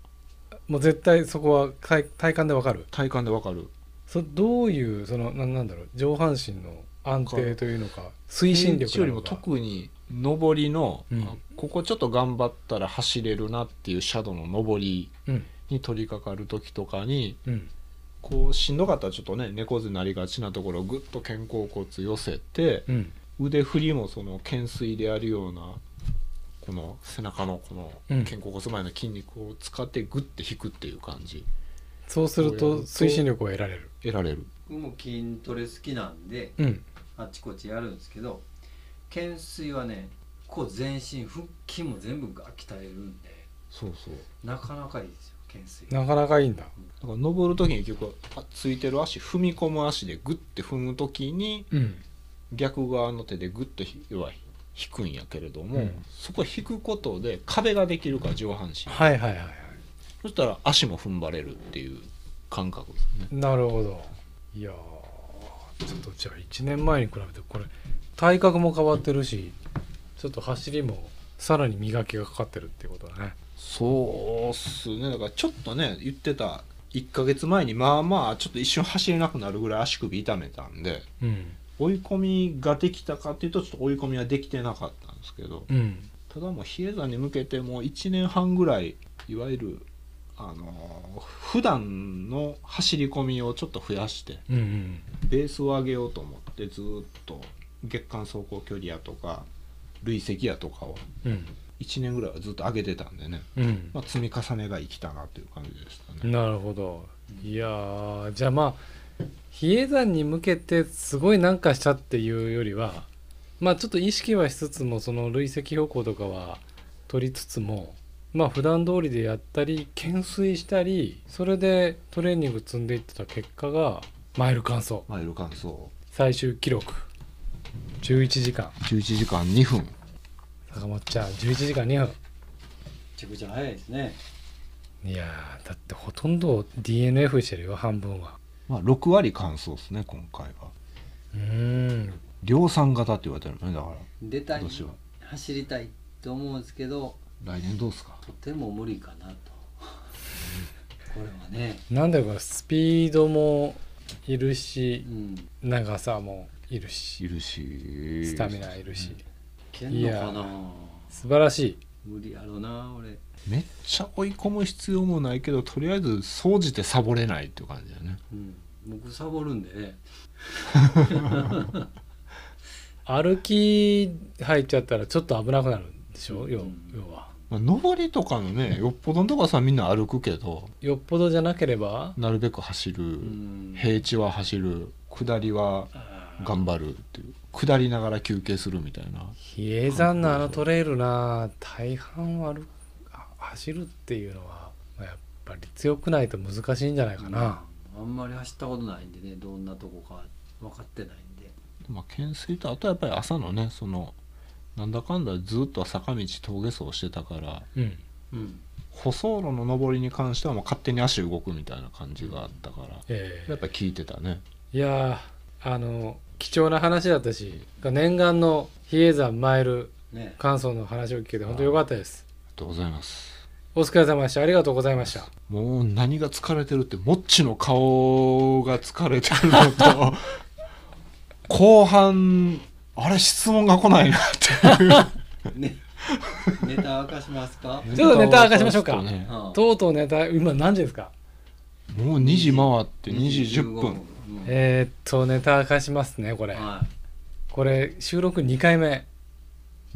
[SPEAKER 2] もう絶対そこは体体感でわかる
[SPEAKER 1] 体感でわかる
[SPEAKER 2] そどういうそのななんだろう上半身の安定というのか推進力
[SPEAKER 1] よ
[SPEAKER 2] な
[SPEAKER 1] り
[SPEAKER 2] の
[SPEAKER 1] も
[SPEAKER 2] か
[SPEAKER 1] 特に上りの、
[SPEAKER 2] うん
[SPEAKER 1] あここちょっと頑張ったら走れるなっていうシャドウの上り
[SPEAKER 2] うん
[SPEAKER 1] に取り掛かる時とかに
[SPEAKER 2] うん
[SPEAKER 1] こうしんどかったらちょっとね猫背になりがちなところをぐっと肩甲骨寄せて
[SPEAKER 2] うん
[SPEAKER 1] 腕振りもその懸垂でやるようなこの背中のこの
[SPEAKER 2] うん
[SPEAKER 1] 肩甲骨前の筋肉を使ってグッて引くっていう感じ
[SPEAKER 2] そうす
[SPEAKER 1] こ
[SPEAKER 2] る
[SPEAKER 1] うや
[SPEAKER 2] と
[SPEAKER 1] ると
[SPEAKER 2] 推進力を得られる
[SPEAKER 1] 得られる
[SPEAKER 3] 僕も筋トレ好きなんで
[SPEAKER 2] うん
[SPEAKER 3] あっちこっちやるんですけど懸垂はねこう全身腹筋も全部が鍛えるんで
[SPEAKER 1] そうそう
[SPEAKER 3] なかなかいいですよ懸垂
[SPEAKER 2] なかなかいいんだ
[SPEAKER 1] だから登る時に結局あついてる足踏み込む足でグッて踏む時に
[SPEAKER 2] うん
[SPEAKER 1] 逆側の手でグッとひ要は引くんやけれども、
[SPEAKER 2] うん
[SPEAKER 1] そこ引くことで壁ができるから上半身、
[SPEAKER 2] はいはいはいはい
[SPEAKER 1] そしたら足も踏ん張れるっていう感覚ですね
[SPEAKER 2] なるほどいやーちょっとじゃあ1年前に比べてこれ体格も変わってるしちょっと走りもさらに磨きがかかってるっていうことだね
[SPEAKER 1] そうっすねだからちょっとね言ってた1ヶ月前にまあまあちょっと一瞬走れなくなるぐらい足首痛めたんで
[SPEAKER 2] うん
[SPEAKER 1] 追い込みができたかっていうとちょっと追い込みはできてなかったんですけど
[SPEAKER 2] うん
[SPEAKER 1] ただもう比叡山に向けてもう1年半ぐらいいわゆるあのー普段の走り込みをちょっと増やして
[SPEAKER 2] うんうん
[SPEAKER 1] ベースを上げようと思ってずーっと月間走行距離やとか累積やとかを
[SPEAKER 2] うん
[SPEAKER 1] 1年ぐらいはずっと上げてたんでね、
[SPEAKER 2] うん
[SPEAKER 1] まあ、積み重ねが生きたなという感じでしたね。
[SPEAKER 2] なるほどいやーじゃあまあ比叡山に向けてすごいなんかしたっていうよりはまあちょっと意識はしつつもその累積標高とかは取りつつもまあ普段通りでやったり懸垂したりそれでトレーニング積んでいってた結果がマイル完走
[SPEAKER 1] マイル完走
[SPEAKER 2] 最終記録11時間
[SPEAKER 1] 11時間2分
[SPEAKER 2] 坂本ちゃん11時間2分
[SPEAKER 4] ちゃくちゃ早いですね
[SPEAKER 2] いやーだってほとんど DNF してるよ半分は
[SPEAKER 1] まあ6割完走ですね今回は
[SPEAKER 2] うーん
[SPEAKER 1] 量産型って言われてるもんねだか
[SPEAKER 4] 出た
[SPEAKER 1] ら
[SPEAKER 4] い
[SPEAKER 1] 今年は
[SPEAKER 4] 走りたいと思うんですけど
[SPEAKER 1] 来年どうですか
[SPEAKER 4] とても無理かなとこれはね
[SPEAKER 2] なんだかスピードもいるし
[SPEAKER 4] うん
[SPEAKER 2] 長さもいる
[SPEAKER 1] い
[SPEAKER 2] し
[SPEAKER 1] るし
[SPEAKER 2] スタミナいるし
[SPEAKER 4] いけんのか
[SPEAKER 2] いや
[SPEAKER 4] な
[SPEAKER 2] 素晴らしい
[SPEAKER 4] 無理やろな俺
[SPEAKER 1] めっちゃ追い込む必要もないけどとりあえず総じてサボれないっていう感じだよね
[SPEAKER 4] うん僕サボるんでね
[SPEAKER 2] 歩き入っちゃったらちょっと危なくなるんでしょ要
[SPEAKER 4] うん
[SPEAKER 2] 要は
[SPEAKER 1] まあ、上りとかのねよっぽどのとこはさみんな歩くけど
[SPEAKER 2] よっぽどじゃなければ
[SPEAKER 1] なるべく走る、
[SPEAKER 4] うん
[SPEAKER 1] 平地は走る下りは
[SPEAKER 4] あ
[SPEAKER 1] 頑張るっていう下りながら休憩するみたいな
[SPEAKER 2] 比叡山のあのトレイルな大半を歩くあ走るっていうのはまあやっぱり強くないと難しいんじゃないかな、
[SPEAKER 4] あんまり走ったことないんでねどんなとこか分かってないんで
[SPEAKER 1] まあ懸垂とあとはやっぱり朝のねそのなんだかんだずっと坂道峠走してたから
[SPEAKER 2] うん、
[SPEAKER 4] うん
[SPEAKER 1] 舗装路の上りに関してはもう勝手に足動くみたいな感じがあったから
[SPEAKER 2] ええ
[SPEAKER 1] やっぱ効いてたね
[SPEAKER 2] いやーあの貴重な話だったし念願の比叡山マイル
[SPEAKER 4] ね
[SPEAKER 2] 感想の話を聞けて本当良かったです
[SPEAKER 1] ありがとうございます
[SPEAKER 2] お疲れ様でしたありがとうございました
[SPEAKER 1] もう何が疲れてるってもっちの顔が疲れてるのと後半あれ質問が来ないなっていう
[SPEAKER 4] ね ネタ明かしますか
[SPEAKER 2] ちょっとネタ明かしましょうか
[SPEAKER 1] ちっとね
[SPEAKER 4] うん
[SPEAKER 2] とうとうネタ今何時ですか
[SPEAKER 1] もう2時回って2時10
[SPEAKER 4] 15
[SPEAKER 1] 分
[SPEAKER 4] うん
[SPEAKER 2] えー、っとネタ明かしますねこれ
[SPEAKER 4] は
[SPEAKER 2] これ収録2回目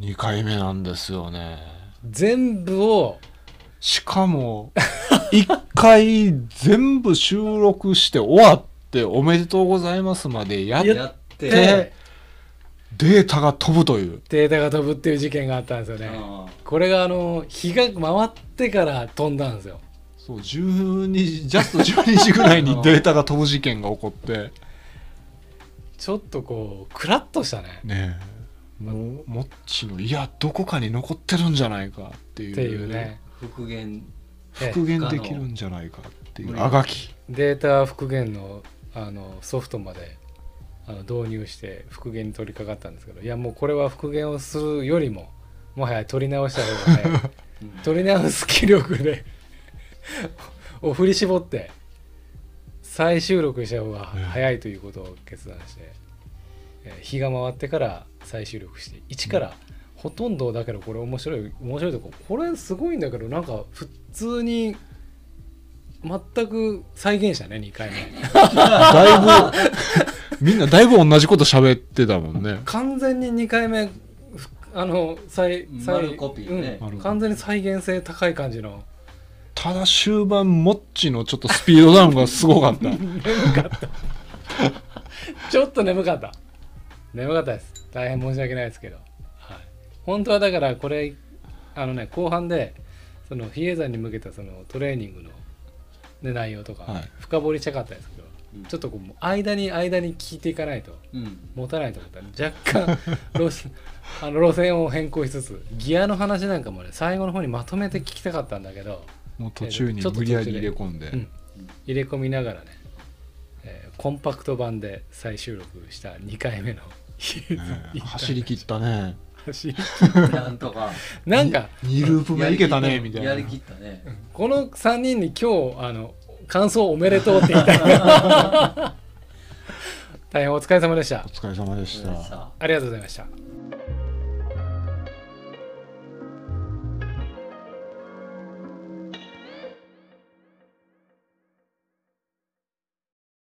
[SPEAKER 1] 2回目なんですよね
[SPEAKER 2] 全部を
[SPEAKER 1] しかも、一回全部収録して終わって、おめでとうございますまでやっ
[SPEAKER 4] いや
[SPEAKER 1] て、
[SPEAKER 4] って
[SPEAKER 1] でデータが飛ぶという。
[SPEAKER 2] データが飛ぶっていう事件があったんですよね
[SPEAKER 4] あ
[SPEAKER 2] これがあの日が回ってから飛んだんですよ
[SPEAKER 1] そう、12時、ジャスト12時ぐらいにデータが飛ぶ事件が起こって、
[SPEAKER 2] ちょっとこうクラッとしたね
[SPEAKER 1] ねえ、もう、もっちの、いや、どこかに残ってるんじゃないかっていう。
[SPEAKER 2] っていうね
[SPEAKER 4] あ復元
[SPEAKER 2] え
[SPEAKER 1] 復元できるんじゃないかっていう。
[SPEAKER 4] え
[SPEAKER 1] あがき。
[SPEAKER 2] データ復元のあのソフトまであの導入して復元に取り掛かったんですけどいやもうこれは復元をするよりももはや取り直した方がね
[SPEAKER 4] うん
[SPEAKER 2] 取り直す気力で お振り絞って再収録した方が早いということを決断して、えー日が回ってから再収録して一からほとんどだけどこれ面白い面白いとここれすごいんだけどなんか普通に全く再現したね2回目。
[SPEAKER 1] だいぶ、みんなだいぶ同じこと喋ってたもんね。
[SPEAKER 2] 完全に2回目ふあの再
[SPEAKER 4] 丸コピーね
[SPEAKER 2] う
[SPEAKER 1] 丸
[SPEAKER 2] ん
[SPEAKER 1] コピー
[SPEAKER 2] 完全に再現性高い感じの
[SPEAKER 1] ただ終盤モッチのちょっとスピードダウンがすごかった
[SPEAKER 2] ちょっと眠かった眠かったです大変申し訳ないですけど、はい、本当はだからこれあのね後半でその比叡山に向けたそのトレーニングの、ね、内容とか
[SPEAKER 1] はい
[SPEAKER 2] 深掘りしたかったですけど、
[SPEAKER 4] うん
[SPEAKER 2] ちょっとこう間に間に聞いていかないと
[SPEAKER 4] うん
[SPEAKER 2] 持たないと思ったら 若干路線あの路線を変更しつつギアの話なんかもね最後の方にまとめて聞きたかったんだけど、
[SPEAKER 1] もう途中に無理やり入れ込んで、
[SPEAKER 2] うん、入れ込みながらね、えーコンパクト版で再収録した2回目
[SPEAKER 1] ね
[SPEAKER 2] の
[SPEAKER 1] 走り切ったね
[SPEAKER 2] 走り
[SPEAKER 4] なんとか
[SPEAKER 2] なんか
[SPEAKER 1] 2ループ目いけたねみたいな
[SPEAKER 4] やりきったね
[SPEAKER 2] この3人に今日あの感想おめでとうって言いたい大変お疲れ様でした
[SPEAKER 1] お疲れ様でし
[SPEAKER 4] それで
[SPEAKER 1] た
[SPEAKER 4] さ
[SPEAKER 2] ありがとうございました